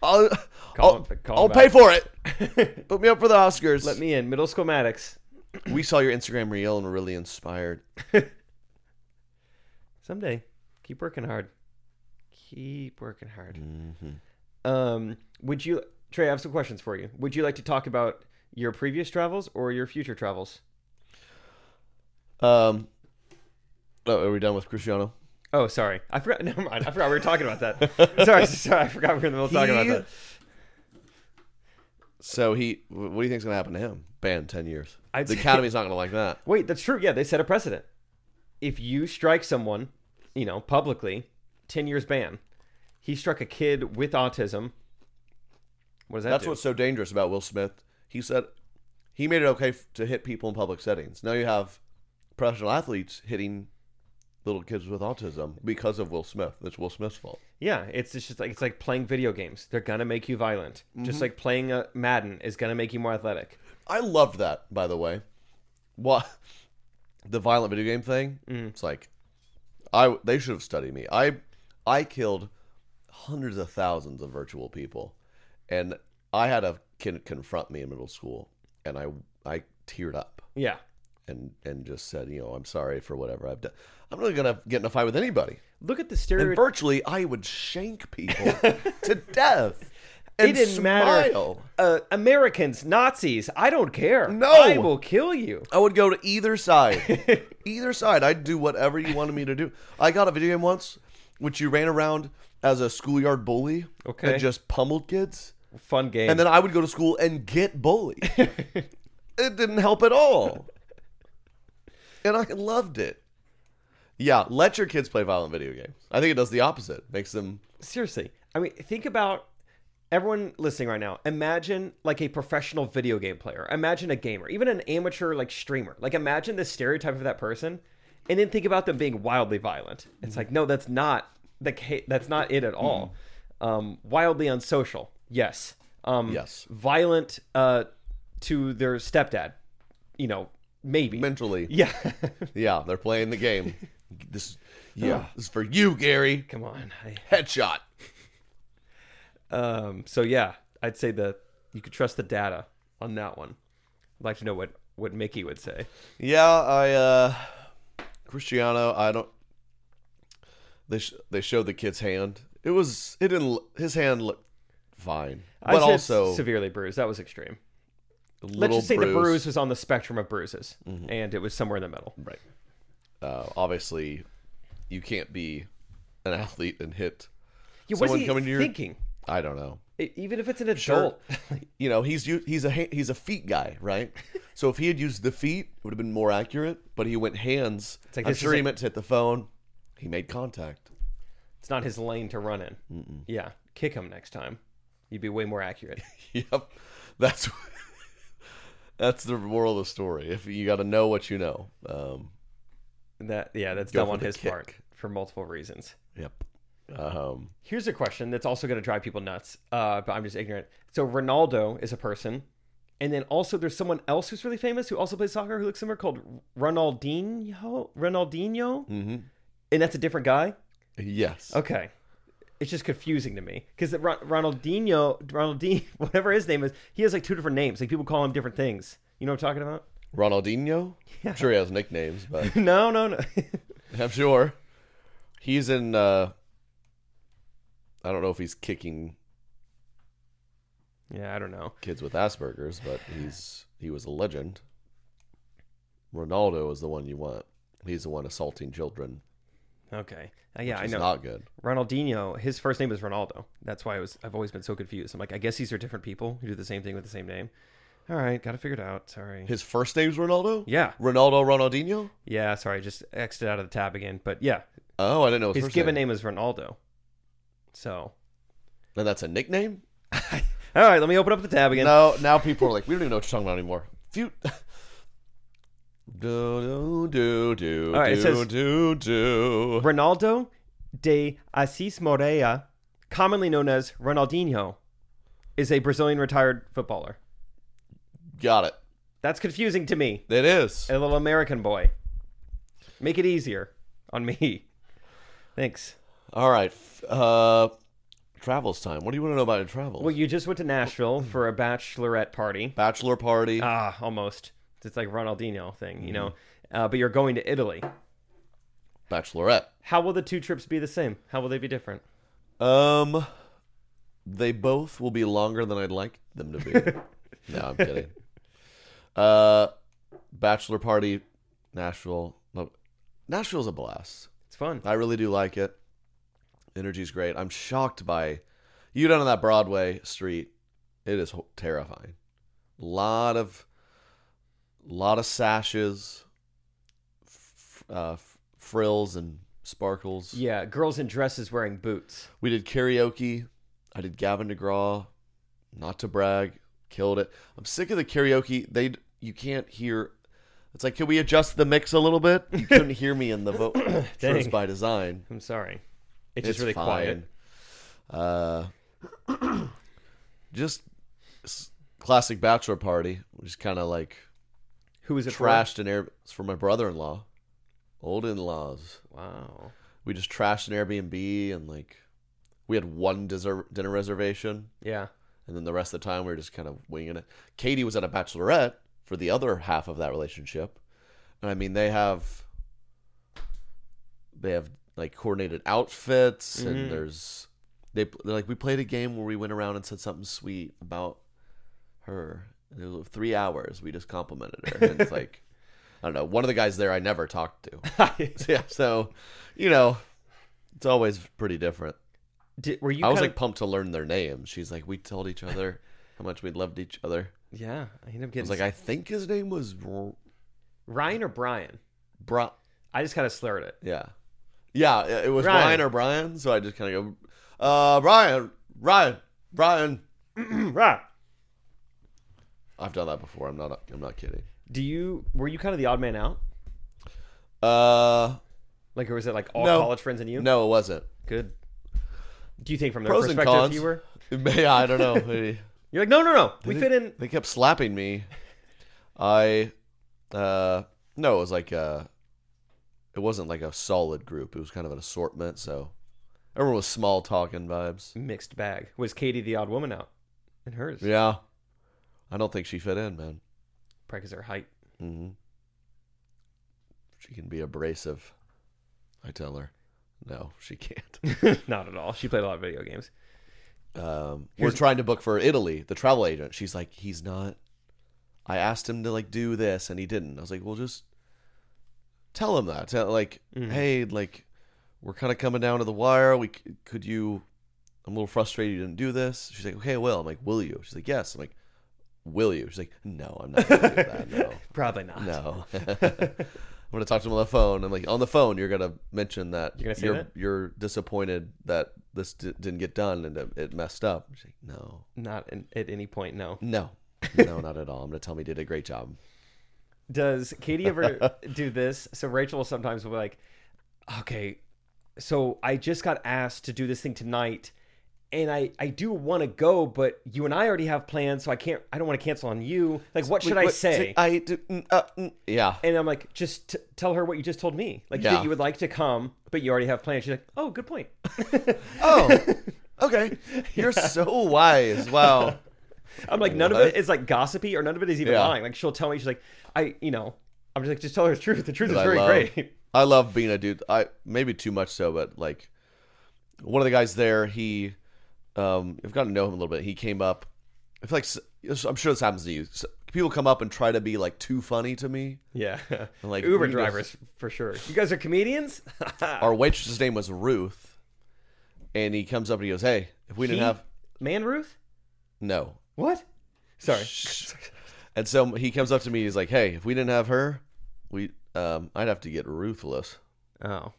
I'll
Call
I'll,
him- call him
I'll
back.
pay for it. Put me up for the Oscars.
Let me in. Middle school Maddox.
We saw your Instagram reel and were really inspired.
Someday. Keep working hard. Keep working hard. Um, would you, Trey? I have some questions for you. Would you like to talk about your previous travels or your future travels?
Um. Oh, are we done with Cristiano?
Oh, sorry. I forgot. Never mind. I forgot we were talking about that. sorry, sorry. I forgot we were in the middle of talking
He-
about that.
So he, wh- what do you think's gonna happen to him? Banned ten years.
I'd
the
say-
academy's not gonna like that.
Wait, that's true. Yeah, they set a precedent. If you strike someone, you know, publicly, ten years ban. He struck a kid with autism. What does that
That's
do?
what's so dangerous about Will Smith. He said he made it okay f- to hit people in public settings. Now you have professional athletes hitting little kids with autism because of Will Smith. It's Will Smith's fault.
Yeah, it's it's just like it's like playing video games. They're gonna make you violent.
Mm-hmm.
Just like playing uh, Madden is gonna make you more athletic.
I loved that, by the way. What the violent video game thing? It's like I they should have studied me. I I killed hundreds of thousands of virtual people, and I had a kid confront me in middle school, and I I teared up
Yeah,
and and just said, you know, I'm sorry for whatever I've done. I'm not gonna get in a fight with anybody.
look at the
And
stereotype.
virtually, I would shank people to death. And
It didn't
smile.
matter. Uh, Americans, Nazis. I don't care.
No!
I will kill you.
I would go to either side. either side. I'd do whatever you wanted me to do. I got a video game once, which you ran around as a schoolyard bully
Okay.
that just pummeled kids.
Fun game.
And then I would go to school and get bullied. it didn't help at all. And I loved it. Yeah, let your kids play violent video games. I think it does the opposite. Makes them
seriously, I mean, think about everyone listening right now. Imagine like a professional video game player. Imagine a gamer, even an amateur like streamer. Like imagine the stereotype of that person, and then think about them being wildly violent. It's like no, that's not the ca- that's not it at all. Um, wildly unsocial, yes. Um,
Yes.
Violent, uh, to their stepdad. You know, maybe.
mentally.
yeah.
Yeah, they're playing the game. This, yeah, this is for you, Gary.
Come on. I-
Headshot.
Um, so yeah, I'd say the you could trust the data on that one. I'd like to know what what Mickey would say.
Yeah, I uh Cristiano, I don't they sh- they showed the kid's hand. It was it didn't l- his hand looked fine.
I'd
But
say
also
severely bruised. That was extreme.
a
Let's
little
just say
bruise. Mm-hmm.
the bruise was on the spectrum of bruises, and it was somewhere in the middle.
Right. Uh, obviously you can't be an athlete and hit
Yeah, what's
Someone
he
coming to your-
thinking?
I don't know.
E- Even if it's an
Sure.
adult,
you know, he's u- he's a ha- he's a feet guy, right? So if he had used the feet, it would have been more accurate, but he went hands.
like
I'm
this
sure
is
he
a-
meant to hit the phone. He made contact.
it's not his lane to run in. Yeah, kick him next time. You'd be way more accurate.
Yep. That's that's the moral of the story. If you got to know what you know. Um,
That yeah, that's
Go
dumb
for
on
the
his part
kick.
for multiple reasons.
yep. Um,
Here's a question that's also going to drive people nuts, uh, but I'm just ignorant. So Ronaldo is a person, and then also there's someone else who's really famous who also plays soccer who looks similar called Ronaldinho. Ronaldinho,
mhm.
and that's a different guy.
Yes.
Mm-hmm. Okay, it's just confusing to me because Ronaldinho, Ronaldinho, whatever his name is, he has like two different names. Like people call him different things. You know what I'm talking about?
Ronaldinho.
Yeah.
I'm sure he has nicknames, but
no, no, no.
I'm sure he's in. Uh, I don't know if he's kicking
yeah, I don't know.
kids with Aspergers, but he's he was a legend. Ronaldo is the one you want. He's the one assaulting children.
Okay, Uh, yeah, I
It's
know.
not good.
Ronaldinho, his first name is Ronaldo. That's why I was I've always been so confused. I'm like, I guess these are different people who do the same thing with the same name. All right, got to figure it out. Sorry.
His first name's Ronaldo.
Yeah.
Ronaldo Ronaldinho.
Yeah, sorry, just X'd it out of the tab again. But yeah,
Oh, I didn't know his,
his
first
given
name.
name is Ronaldo. So,
And that's a nickname.
all right, let me open up the tab again.
No, now people are like, we don't even know what you're talking about anymore. Few. Do do do do
All right, it
do
says-
do do.
Ronaldo de Assis Moreira, commonly known as Ronaldinho, is a Brazilian retired footballer.
Got it.
That's confusing to me.
It is.
A little American boy. Make it easier on me. Thanks.
All right. f- Uh, travels time. What do you want to know about in travel?
Well, you just went to Nashville
Mm.
for a bachelorette party.
Bachelor party.
Ah, almost. It's like Ronaldinho thing,
Mm-hmm.
you know. Uh, but you're going to Italy.
Bachelorette.
How will the two trips be the same? How will they be different?
Um, they both will be longer than I'd like them to be. no, I'm kidding. Uh, bachelor party, Nashville. Look, Nashville's a blast.
It's fun.
I really do like it. Energy's great. I'm shocked by you down on that Broadway street. It is ho- terrifying. Lot of, lot of sashes, f- uh, f- frills and sparkles.
Yeah, girls in dresses wearing boots.
We did karaoke. I did Gavin DeGraw. Not to brag, killed it. I'm sick of the karaoke. They you can't hear. It's like, can we adjust the mix a little bit? You couldn't hear me in the vote. True
Dang.
by design.
I'm sorry. It's,
It's,
just really
fine.
quiet.
Uh, just s- classic bachelor party. Just kind of like
Who is it? for?
trashed an air. It's for my brother-in-law, old in-laws.
Wow.
We just trashed an Airbnb and like we had one dessert, dinner reservation.
Yeah.
And then the rest of the time, we were just kind of winging it. Katie was at a bachelorette for the other half of that relationship. And I mean, they have, they have like coordinated outfits and there's, they, they're like, we played a game where we went around and said something sweet about her. And it was three hours. We just complimented her. And it's like, I don't know. One of the guys there I never talked to. yeah. So, you know, it's always pretty different.
Did, were you?
I was
kinda-
like pumped to learn their names. She's like, we told each other how much we loved each other.
yeah. I ended
I
up getting
was like, I think his name was
Ryan or Brian.
Brian.
I just kind of slurred it.
Yeah, yeah, it it was
Ryan.
Ryan. or Brian. So I just kind of go, uh, Brian, Ryan, Brian.
Right.
I've done that before. I'm not. I'm not kidding.
Do you? Were you kind of the odd man out?
Uh,
Like, or was it like all
No.
college friends and you?
no, it wasn't.
Good. Do you think from their
Pros and
perspective
cons.
you were?
Yeah, I don't know. Maybe.
You're like, no, no, no. we
They-
fit in.
They kept slapping me. I, uh, no, it was like uh it wasn't like a solid group. It was kind of an assortment. So everyone was small talking vibes.
Mixed bag. Was Katie the odd woman out? In hers.
Yeah, I don't think she fit in, man.
Probably 'cause her height.
hmm She can be abrasive. I tell her, no, she can't.
Not at all. She played a lot of video games.
Um, we're trying to book for Italy. The travel agent. She's like, he's not. I asked him to like do this, and he didn't. I was like, well, just tell him that. Tell, like, hey, like, we're kind of coming down to the wire. We c- could you? I'm a little frustrated you didn't do this. She's like, okay, I will. I'm like, will you? She's like, yes. I'm like, will you? She's like, no, I'm not gonna do that. No,
Probably not.
no. I'm gonna talk to him on the phone. I'm like, on the phone, you're gonna mention that
You're gonna say
you're,
that?
you're disappointed that this d- didn't get done and it, it messed up. She's like, no,
Not in, at any point. No.
no, no, not at all. I'm gonna tell me did a great job.
Does Katie ever do this? So Rachel will sometimes will be like, okay, so I just got asked to do this thing tonight and I, I do want to go, but you and I already have plans, so I can't, I don't want to cancel on you. Like, what should
Wait,
I
what-
say?
I do, mm, uh, mm, yeah.
and I'm like, just t- tell her what you just told me. Like,
Yeah.
that you would like to come, but you already have plans. She's like, oh, good point.
Oh, okay. You're so wise. Wow.
I'm like, none of
What?
it is like gossipy or none of it is even
Yeah.
lying. Like, she'll tell me, she's like, I, you know, I'm just like, just tell her the truth. The truth is
that I
very
love.
great.
I love being a dude. I maybe too much so, but like one of the guys there, he um, I've gotten to know him a little bit. He came up. I feel like s- yes, I'm sure this happens to you. S- People come up and try to be like too funny to me.
Yeah.
Like,
Like Uber
you
drivers for sure. You guys are comedians?
Our waitress's name was Ruth, and he comes up and he goes, "Hey, if we didn't
He-
have
Man Ruth?
no."
What? Sorry.
And so he comes up to me. He's like, "Hey, if we didn't have her, we um, I'd have to get ruthless."
Oh.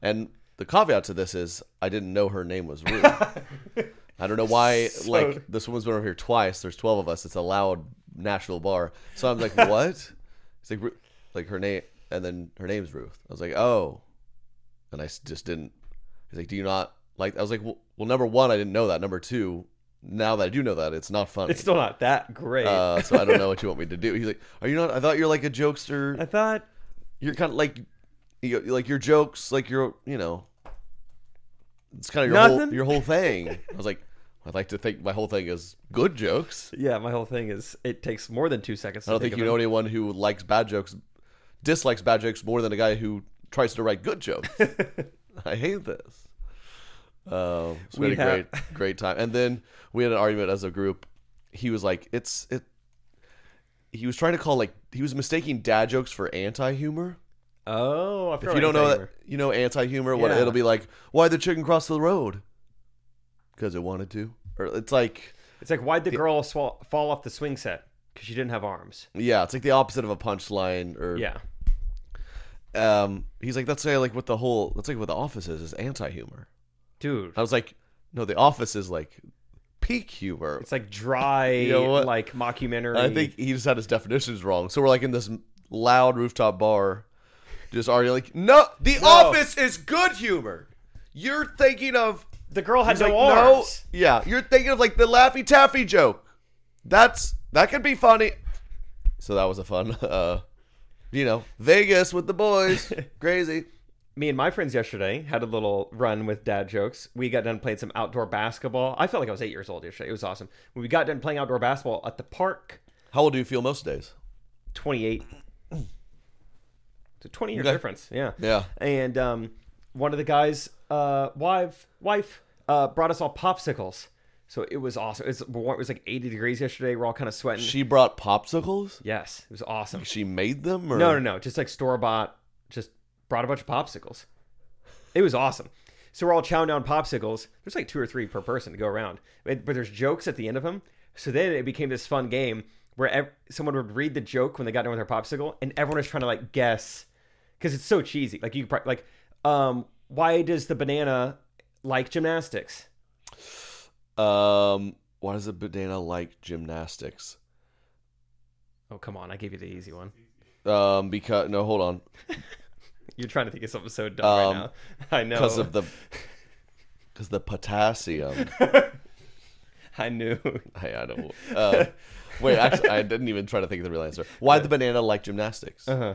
And the caveat to this is I didn't know her name was Ruth. I don't know why like this woman's been over here twice. There's twelve of us. It's a loud national bar. So I'm like, what? It's like Ru- like her name, and then her name's Ruth. I was like, oh, and I s- just didn't. He's like, do you not like? I was like, well, well, number one, I didn't know that. Number two, now that I do know that, it's not funny.
It's still not that great.
uh, so I don't know what you want me to do. He's like, "Are you not? I thought you're like a jokester
I thought
you're kind of like you, like your jokes like your you know it's kind of your whole
Nothing?
your whole thing i was like i'd like to think my whole thing is good jokes
yeah, my whole thing is it takes more than 2 seconds to
i don't think
of
you
it.
know anyone who likes bad jokes dislikes bad jokes more than a guy who tries to write good jokes i hate this um so we
We
had a
have-
great great time and then we had an argument as a group he was like it's it he was trying to call like he was mistaking dad jokes for anti-humor
Oh, I forgot
If you don't know
about
that, you know anti humor. What
Yeah.
it'll be like? Why the chicken cross the road? Because it wanted to. Or it's like,
It's like why'd the girl swa- fall off the swing set? Because she didn't have arms.
yeah, it's like the opposite of a punchline. Or
Yeah.
um, he's like, that's like what the whole. That's like what the office is. Is anti humor.
Dude.
I was like, no, the office is like peak humor.
It's like dry,
You know what?
like mockumentary.
I think he just had his definitions wrong. So we're like in this loud rooftop bar, just arguing. Like, no, the office is good humor. You're thinking of
the girl had
He's
no
like,
arms.
No, yeah, you're thinking of like the Laffy Taffy joke. That's that could be funny. So that was a fun, uh, you know, Vegas with the boys, crazy.
me and my friends yesterday had a little run with dad jokes. We got done playing some outdoor basketball. I felt like I was eight years old yesterday. It was awesome. When we got done playing outdoor basketball at the park,
How old do you feel most days?
28. It's a 20 year
Okay.
difference. Yeah.
Yeah.
And um, one of the guys' uh, wife, wife uh, brought us all popsicles. So it was awesome. It was, warm- it was like 80 degrees yesterday. We're all kind of sweating.
She brought popsicles.
yes. It was awesome.
She made them. Or?
No, no, no. Just like store bought, just brought a bunch of popsicles. It was awesome. So we're all chowing down popsicles. There's like two or three per person to go around, but, but there's jokes at the end of them. So then it became this fun game where ev- someone would read the joke when they got done with their popsicle, and everyone was trying to like guess because it's so cheesy. Like you could probably like, um, why does the banana like gymnastics?
Um, why does a banana like gymnastics?
Oh come on, I gave you the easy one.
Um, because no, hold on,
You're trying to think of something so dumb
Um,
right now. I know.
because of the because the potassium.
I knew.
Hey, I don't. Uh, wait, actually, I didn't even try to think of the real answer. Why the banana like gymnastics?
Uh-huh.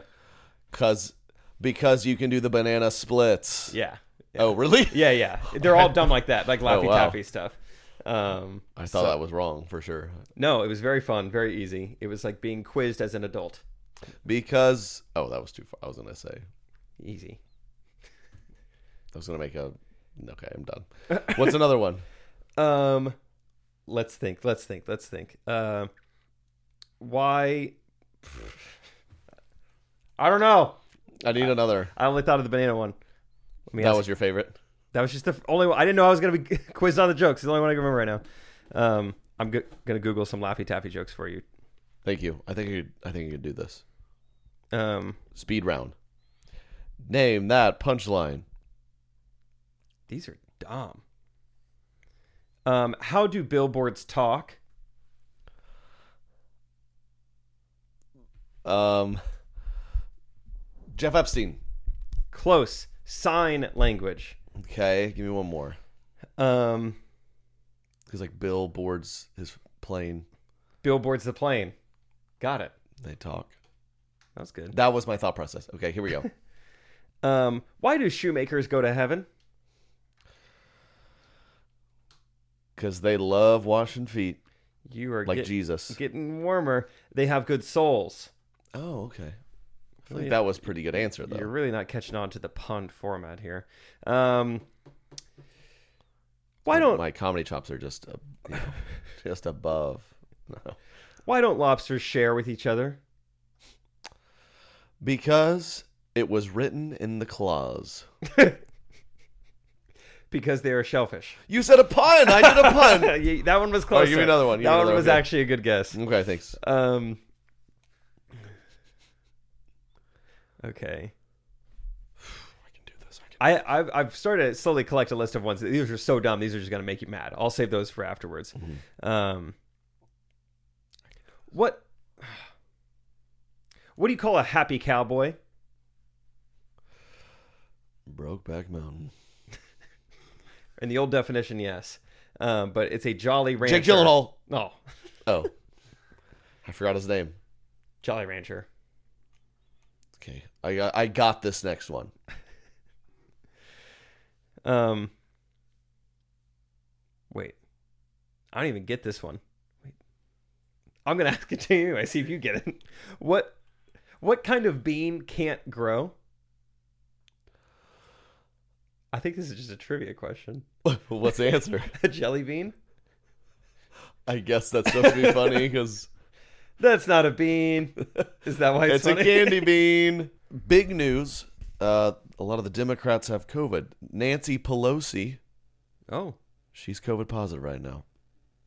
Cause because you can do the banana splits.
Yeah. yeah.
Oh, really?
Yeah, yeah. They're all done like that, like Laffy
Oh, wow.
Taffy stuff. Um,
I thought that was wrong for sure.
no, it was very fun, very easy. It was like being quizzed as an adult.
Because oh, that was too far. I was gonna say.
Easy.
I was gonna make a. Okay, I'm done. What's another one?
Um, let's think. Let's think. Let's think. Um, why? I don't know.
I need another.
I only thought of the banana one. Let me
That
ask-
was your favorite.
that was just the only one. I didn't know I was gonna be quizzed on the jokes. It's the only one I can remember right now. Um, I'm go- gonna Google some Laffy Taffy jokes for you.
Thank you. I think you. could- I think you could do this.
Um,
Speed round. Name that punchline.
these are dumb. Um, how do billboards talk?
Um, Jeff Epstein.
Close sign language.
Okay, give me one more.
Um,
Because like billboards his plane.
billboards the plane. Got it.
They talk.
That was good.
That was my thought process. Okay, here we go.
Um, why do shoemakers go to heaven?
Because they love washing feet
You are
like
get-
Jesus.
getting warmer. They have good souls.
oh, okay. I
Well,
think
yeah.
that was a pretty good answer though.
You're really not catching on to the pun format here. Um, why don't
my comedy chops are just, uh, you know, just above? No.
why don't lobsters share with each other?
Because it was written in the clause.
Because they are shellfish.
You said a pun. I did a pun.
Yeah, that one was
Oh,
close.
give me another one, give me
That
another
one
one,
was
good.
actually a good guess.
okay, thanks.
Um, okay.
I can do this. I can.
I, I've, I've started to slowly collect a list of ones. These are so dumb. These are just going to make you mad. I'll save those for afterwards.
Mm-hmm.
Um, what What do you call a happy cowboy?
Brokeback Mountain.
In the old definition, yes, um, but it's a jolly rancher.
Jake Gyllenhaal.
No,
Oh, I forgot his name.
jolly rancher.
Okay, I got, I got this next one.
Um, wait, I don't even get this one. Wait, I'm gonna ask it to you. I see if you get it. What What kind of bean can't grow? I think this is just a trivia question.
What's the answer?
A jelly bean?
I guess that's supposed to be funny because
That's not a bean. Is that why it's,
it's a
funny?
candy bean. Big news. Uh, a lot of the Democrats have COVID. Nancy Pelosi,
Oh,
she's COVID positive right now.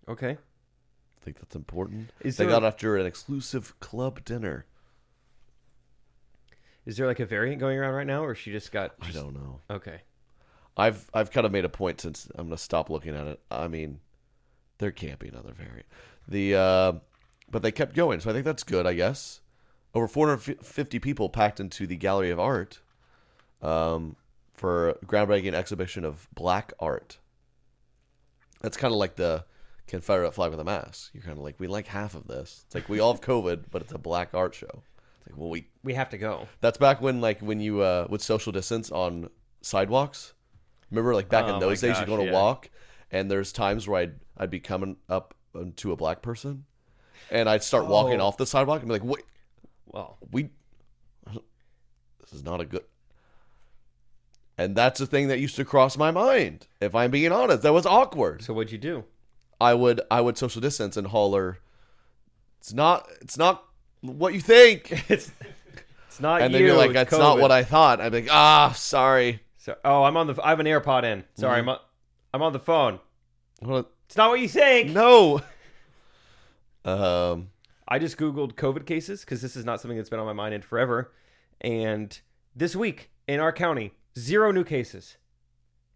okay.
I think that's important.
Is
they
there
got
a-
after an exclusive club dinner.
Is there like a variant going around right now, or she just got?
I don't know.
Okay.
I've I've kind of made a point since I'm gonna stop looking at it. I mean, there can't be another variant. The uh, but they kept going, so I think that's good. I guess over 450 people packed into the Gallery of Art um, for a groundbreaking exhibition of black art. That's kind of like the Confederate flag with a mask. You're kind of like we like half of this. It's like we all have COVID, but it's a black art show. It's like well we
We have to go.
that's back when like when you uh would social distance on sidewalks. Remember like back
Oh
in those
my
days you
gosh,
go on a
yeah.
walk and there's times where I'd I'd be coming up um, to a black person and I'd start walking
Oh.
off the sidewalk and be like, Wait
Well,
we this is not a good and that's the thing that used to cross my mind, if I'm being honest. That was awkward.
so what'd you do?
I would I would social distance and holler It's not it's not what you think
It's it's not
and
you.
then you're like,
it's
that's not
COVID."
what I thought. I'm like, ah, sorry.
So, oh, I'm on the. I have an AirPod in. Sorry,
Mm-hmm.
I'm. On, I'm on the phone.
Well,
It's not what you think.
No. Um,
I just googled COVID cases because this is not something that's been on my mind in forever. And this week in our county, zero new cases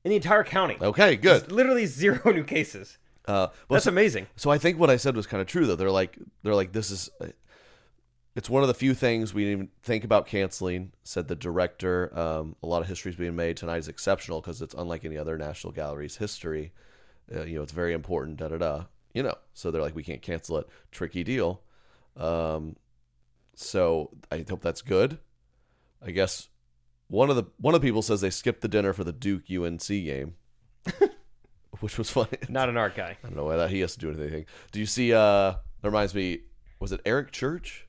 in the entire county.
okay, good.
Literally zero new cases.
Uh, well,
That's
so,
amazing.
so I think what I said was kind of true though. They're like, they're like, this is, uh, it's one of the few things we didn't even think about canceling. Said the director. Um, a lot of history is being made tonight is exceptional because it's unlike any other National Gallery's history. Uh, you know, it's very important. Da da da. you know. So they're like, we can't cancel it. Tricky deal. Um, so I hope that's good. I guess one of the one of the people says they skipped the dinner for the Duke UNC game, which was funny.
Not an art guy.
I don't know why that he has to do with anything. Do you see? Uh, that reminds me. Was it Eric Church?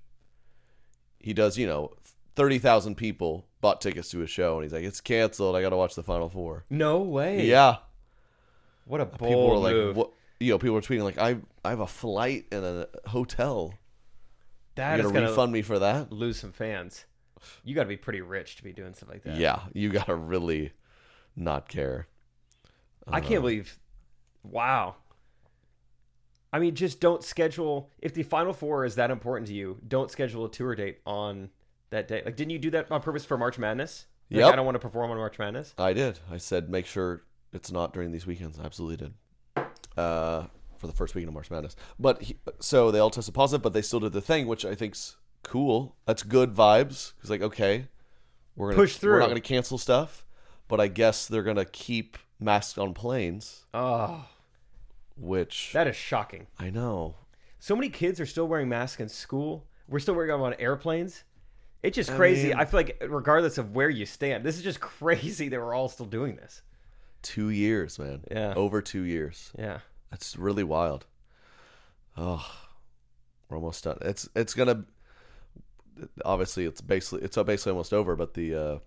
He does. You know, thirty thousand people bought tickets to his show, and he's like, "It's canceled. I got to watch the Final Four.
No way.
Yeah,
What a
people were
bold
like,
move.
"What?" You know, people were tweeting like, "I I have a flight and a hotel.
That
You're
is
gonna
gonna
refund me for that?
lose some fans. You got to be pretty rich to be doing stuff like that.
Yeah, you gotta really not care.
I can't believe. Wow. I mean, just don't schedule. If the Final Four is that important to you, don't schedule a tour date on that day. Like, didn't you do that on purpose for March Madness? Like,
Yep.
I don't want to perform on March Madness.
I did. I said make sure it's not during these weekends. I absolutely did. Uh, for the first weekend of March Madness. But he, so they all tested positive, but they still did the thing, which I think's cool. That's good vibes. It's like okay, we're gonna
Push
We're
through.
not gonna cancel stuff, but I guess they're gonna keep masks on planes,
Oh,
which
that is shocking.
I know.
So many kids are still wearing masks in school. We're still wearing them on airplanes. It's just crazy. I, feel like, regardless of where you stand, this is just crazy that we're all still doing this.
Two years, man.
Yeah.
Over two years.
Yeah.
That's really wild. Oh, we're almost done. It's it's gonna obviously it's basically it's basically almost over, but the uh,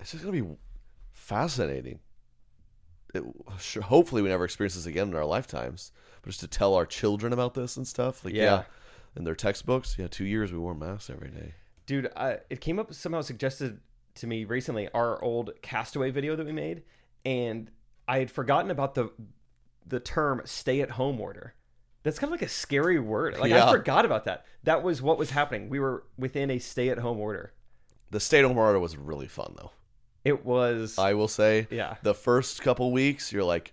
it's just gonna be fascinating. It, sure, hopefully, we never experience this again in our lifetimes. But just to tell our children about this and stuff, like yeah,
Yeah.
in their textbooks, yeah, two years we wore masks every day.
dude I, it came up somehow suggested to me recently our old castaway video that we made and i had forgotten about the the term stay at home order that's kind of like a scary word like
Yeah.
i forgot about that that was what was happening we were within a stay at home order
The state of Florida was really fun, though.
it was
I will say,
Yeah.
the first couple weeks you're like,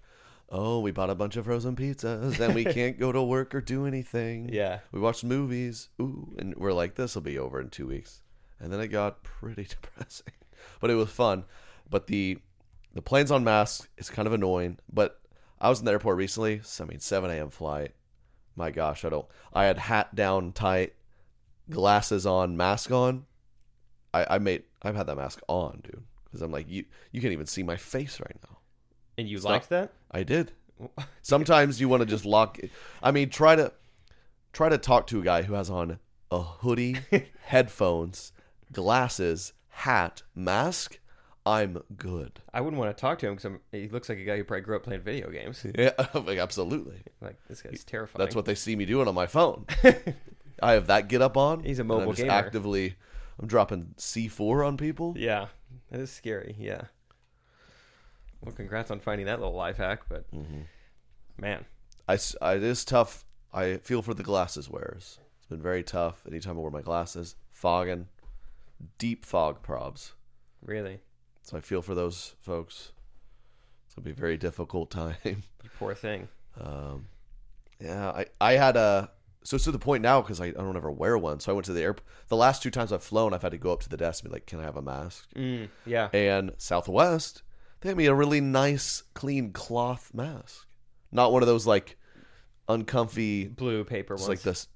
oh, we bought a bunch of frozen pizzas and we can't go to work or do anything.
yeah
We watched movies. Ooh, and we're like, this will be over in two weeks. And then it got pretty depressing, but it was fun. But the the planes on masks is kind of annoying. But I was in the airport recently. So, I mean, seven a.m. flight. My gosh, I don't. I had hat down, tight, glasses on, mask on. I, I made. I've had that mask on, dude, because I'm like, you. You can't even see my face right now.
and you
not-
liked that
I did. Sometimes you want to just lock. It. I mean, try to try to talk to a guy who has on a hoodie, headphones, glasses, hat, mask. I'm good.
i wouldn't want to talk to him because he looks like a guy who probably grew up playing video games
Yeah, like, absolutely.
like this guy's terrifying
That's what they see me doing on my phone. I have that get up on.
He's a
and I'm
mobile
just
gamer.
Actively, I'm dropping C4 on people.
yeah that is scary yeah well congrats on finding that little life hack but
Mm-hmm.
man
I, s- I- it is tough. I feel for the glasses wearers. It's been very tough. Anytime I wear my glasses, fogging, deep fog probs.
Really?
So I feel for those folks. It's gonna be a very difficult time.
You poor thing.
yeah, I, I had a so it's to the point now because I, I don't ever wear one. So I went to the airport. The last two times I've flown, I've had to go up to the desk and be like, "Can I have a mask?"
Yeah.
And Southwest, they had me a really nice, clean cloth mask, not one of those like uncomfy,
Blue paper ones.
just like this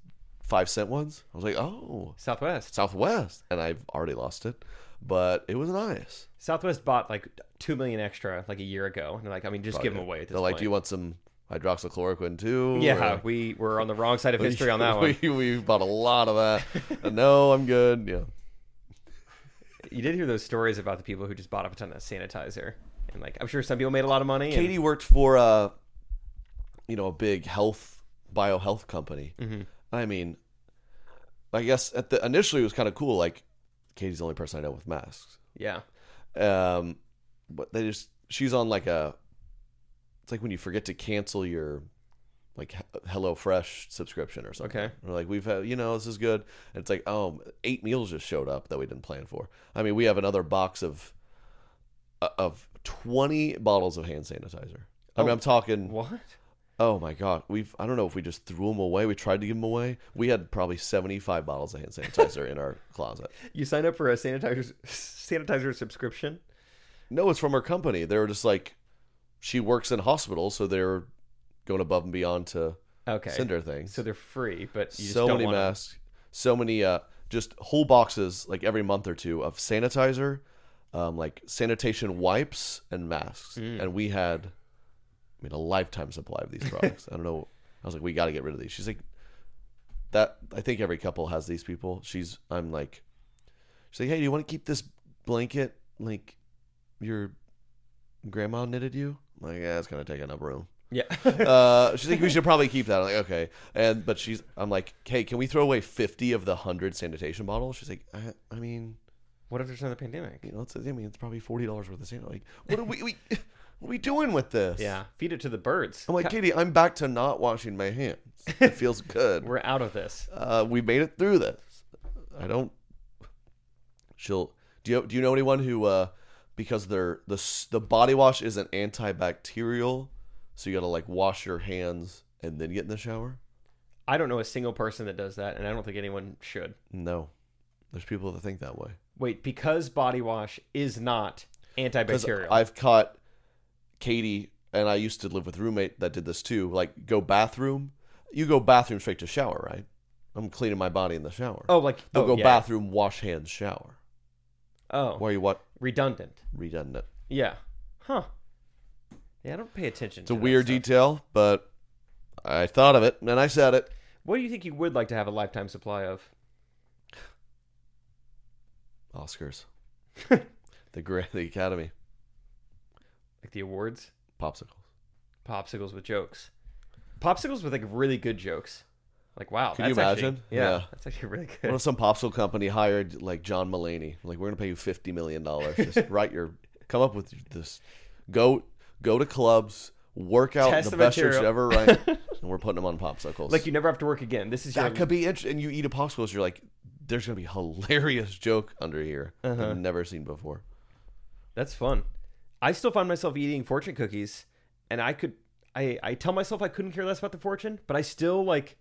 five cent ones. I was like, "Oh,
Southwest.
Southwest," and I've already lost it, but it was nice.
Southwest bought like two million extra like a year ago, and they're like, I mean, just give them away. At this
They're like,
point.
"Do you want some hydroxychloroquine too?"
Yeah,
Or-
we were on the wrong side of history on that one.
we, we bought a lot of that. And no, I'm good. Yeah.
You did hear those stories about the people who just bought up a ton of sanitizer, and like, I'm sure some people made a lot of money. and-
Katie worked for a, you know, a big health biohealth company.
Mm-hmm.
I mean, I guess at the initially it was kind of cool. Like, Katie's the only person I know with masks.
yeah,
Um, but they just she's on like a. It's like when you forget to cancel your, like H- Hello Fresh subscription or something.
Okay.
We're like we've had you know this is good. And it's like oh eight meals just showed up that we didn't plan for. I mean we have another box of, uh, of twenty bottles of hand sanitizer. I mean I'm talking.
what?
Oh my god, we've I don't know if we just threw them away. We tried to give them away. We had probably seventy five bottles of hand sanitizer in our closet.
You signed up for a sanitizer sanitizer subscription?
No, it's from her company. They were just like, she works in hospitals, so they're going above and beyond to
Okay.
Cinder things.
So they're free, but you just
so
don't
many
wanna-
masks, so many uh, just whole boxes like every month or two of sanitizer, um, like sanitation wipes and masks,
Mm.
and we had, I mean, a lifetime supply of these products. I don't know. I was like, we got to get rid of these. She's like, that. I think every couple has these people. She's. I'm like, she's like, hey, do you want to keep this blanket like your grandma knitted you? I'm like, yeah, it's gonna take enough room
Yeah.
uh, she's like, we should probably keep that. I'm like, okay. And but she's, I'm like, hey, can we throw away 50 of the hundred sanitation bottles? She's like, I, I mean,
what if there's another pandemic?
you know, it's, I mean, it's probably forty dollars worth of sanitizer. Like, what are we, we, what are we doing with this?
Yeah. Feed it to the birds.
I'm like, Katie, I'm back to not washing my hands. It feels good.
We're out of this.
uh, we made it through this. I don't. She'll. Do you do you know anyone who, uh, because they're the s- the body wash is an antibacterial, so you gotta like wash your hands and then get in the shower.
I don't know a single person that does that, and I don't think anyone should.
No, there's people that think that way.
Wait, because body wash is not
Because
antibacterial.
I've caught Katie and I used to live with a roommate that did this too. Like go bathroom, you go bathroom straight to shower, right? I'm cleaning my body in the shower.
oh, like
They'll
oh,
go
yeah.
bathroom, wash hands, shower.
Oh,
Why you what
redundant.
redundant?
Yeah. Huh. Yeah, I don't pay attention.
It's
to
a
that
weird
stuff.
detail, but I thought of it and I said it.
What do you think you would like to have a lifetime supply of?
Oscars, the gra- the Academy,
Like the awards?
popsicles.
Popsicles with jokes. Popsicles with like really good jokes. Like wow,
Could
that's
you
actually-
imagine?
yeah,
Yeah.
that's actually really good.
What if some popsicle company hired like John Mulaney? Like we're gonna pay you fifty million dollars. Just write your, come up with this, go go to clubs, work out
Test
the,
the
best shirts you
material.
ever write, and we're putting them on popsicles.
Like you never have to work again. This is your
that could be interesting. And you eat a popsicle, you're like, there's gonna be a hilarious joke under here
Uh-huh.
that I've never seen before.
That's fun. I still find myself eating fortune cookies, and I could, I, I tell myself I couldn't care less about the fortune, but I still like,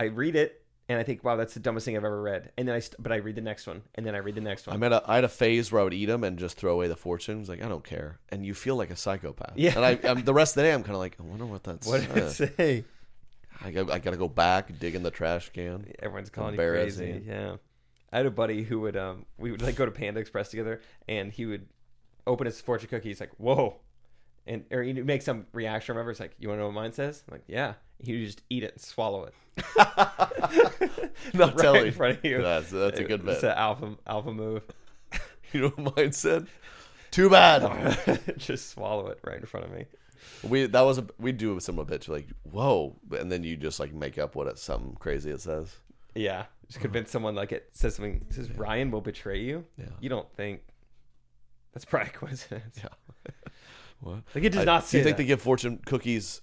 I read it and I think, wow, that's the dumbest thing I've ever read. And then I, st- but I read the next one, and then I read the next
I
one.
met a, I had a phase where I would eat them and just throw away the fortunes. Like I don't care, and you feel like a psychopath.
Yeah.
And I, I'm, the rest of the day, I'm kind of like, I wonder what that's. uh,
what did it say?
I, got, I gotta go back, dig in the trash can.
Everyone's calling you crazy.
Embarrassing.
Yeah. I had a buddy who would, um, we would like go to Panda Express together, and he would open his fortune cookie. He's like, whoa. And or he make some reaction. Remember, it's like, you want to know what mine says? I'm like, yeah. He would just eat it and swallow it.
Not
right
telling
in front of you.
That's, that's a good
It's
bet.
an alpha alpha move.
You know what mine said? Too bad.
Just swallow it right in front of me.
we that was a we do a similar bitch like whoa, and then you just like make up what it, something crazy it says.
Yeah, just
Uh-huh.
convince someone like it says something. Says Ryan will betray you.
Yeah.
you don't think that's probably a coincidence.
Yeah. What?
Like it does
I-
not
do
say
you think
that.
they give fortune cookies?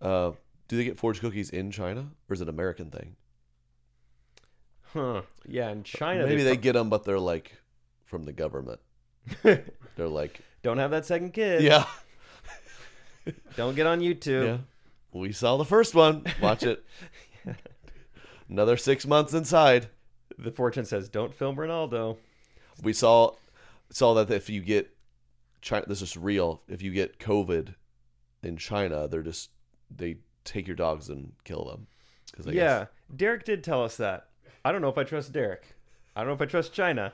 Uh, do they get fortune cookies in China, or is it an American thing?
huh. Yeah, in China
Maybe they
they,
get them, but they're like from the government.
pro-
They're like,
don't have that second kid.
yeah,
don't get on YouTube.
yeah. We saw the first one. Watch it. Another six months inside.
The fortune says don't film Ronaldo.
We saw saw that if you get China, this is real. If you get COVID in China, they're just they take your dogs and kill them. 'Cause I
Yeah,
guess-
Derek did tell us that. I don't know if I trust Derek. I don't know if I trust China.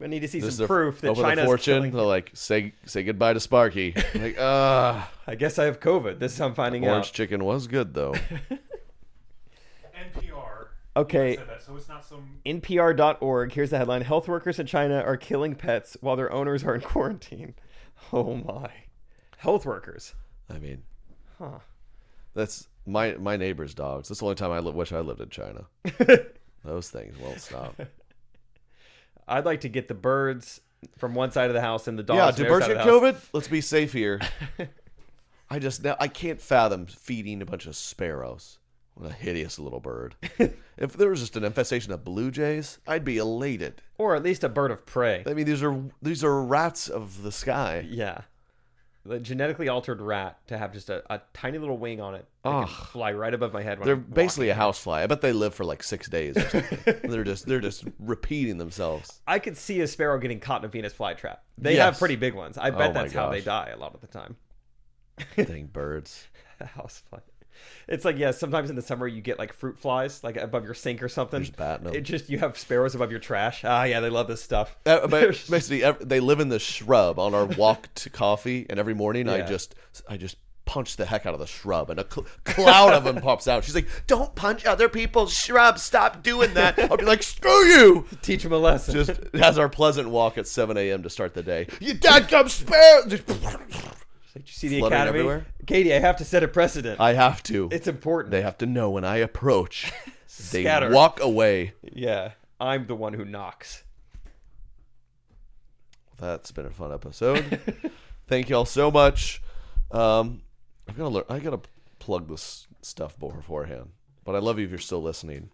I need to see
This is
some
their-
proof that
over
China's
the fortune.
killing-
They're like say say goodbye to Sparky. like ah,
I guess I have COVID. This is how I'm finding out.
orange chicken was good though.
NPR
Okay,
said that, so it's not some.
NPR.org. Here's the headline Health workers in China are killing pets while their owners are in quarantine. Oh my. Health workers.
I mean,
Huh.
That's my my neighbor's dogs. That's the only time I li- wish I lived in China. Those things won't stop.
I'd like to get the birds from one side of the house and the dogs.
yeah,
from
do
the other
birds
side
get
of the house.
COVID? Let's be safe here. I just now I can't fathom feeding a bunch of sparrows. What a hideous little bird. if there was just an infestation of blue jays, I'd be elated.
Or at least a bird of prey.
I mean, these are these are rats of the sky.
Yeah. The genetically altered rat to have just a, a tiny little wing on it that can fly right above my head when
They're
I'm
basically a
walking.
housefly. I bet they live for like six days. Or something. they're just they're just repeating themselves.
I could see a sparrow getting caught in a Venus flytrap. They have
Yes. Oh
pretty big ones. I bet
my
that's how they
gosh.
die a lot of the time.
Dang birds.
housefly. It's like yeah, sometimes in the summer you get like fruit flies like above your sink or something.
Just batting 'em.
It just you have sparrows above your trash. Ah, yeah, they love this stuff.
Uh, but
There's-
basically, ev- they live in the shrub on our walk to coffee, and every morning I
Yeah.
just I just punch the heck out of the shrub, and a cl- cloud of them pops out. She's like, "Don't punch other people's shrubs. Stop doing that." I'll be like, "Screw you!"
teach them a lesson.
Just has our pleasant walk at 7 a.m. to start the day. You dadgum spare. Just-
Did you see the
Fluttering
academy?
everywhere?
Katie, I have to set a precedent.
I have to.
it's important.
they have to know when I approach. They
Scatter.
walk away.
yeah, I'm the one who knocks.
That's been a fun episode. Thank y'all so much. Um, I gotta learn. I gotta plug this stuff more beforehand. But I love you if you're still listening.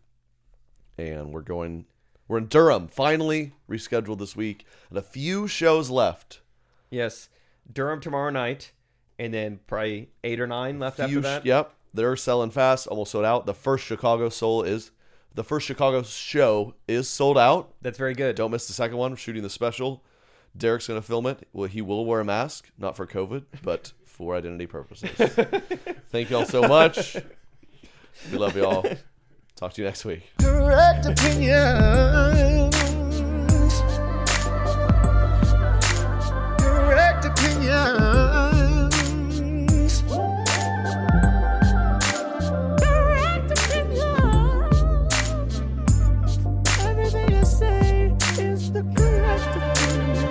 And we're going. We're in Durham. Finally rescheduled this week, and a few shows left.
Yes, Durham tomorrow night, and then probably eight or nine left
Few
after
sh-
that.
Yep, they're selling fast. Almost sold out. The first Chicago Soul is. The first Chicago show is sold out.
That's very good.
Don't miss the second one. We're shooting the special. Derek's going to film it. Well, he will wear a mask, not for COVID, but for identity purposes. Thank y'all so much. We love y'all. Talk to you next week.
Correct opinions. Correct opinions. Correct opinions. Everything you say is the correct opinion.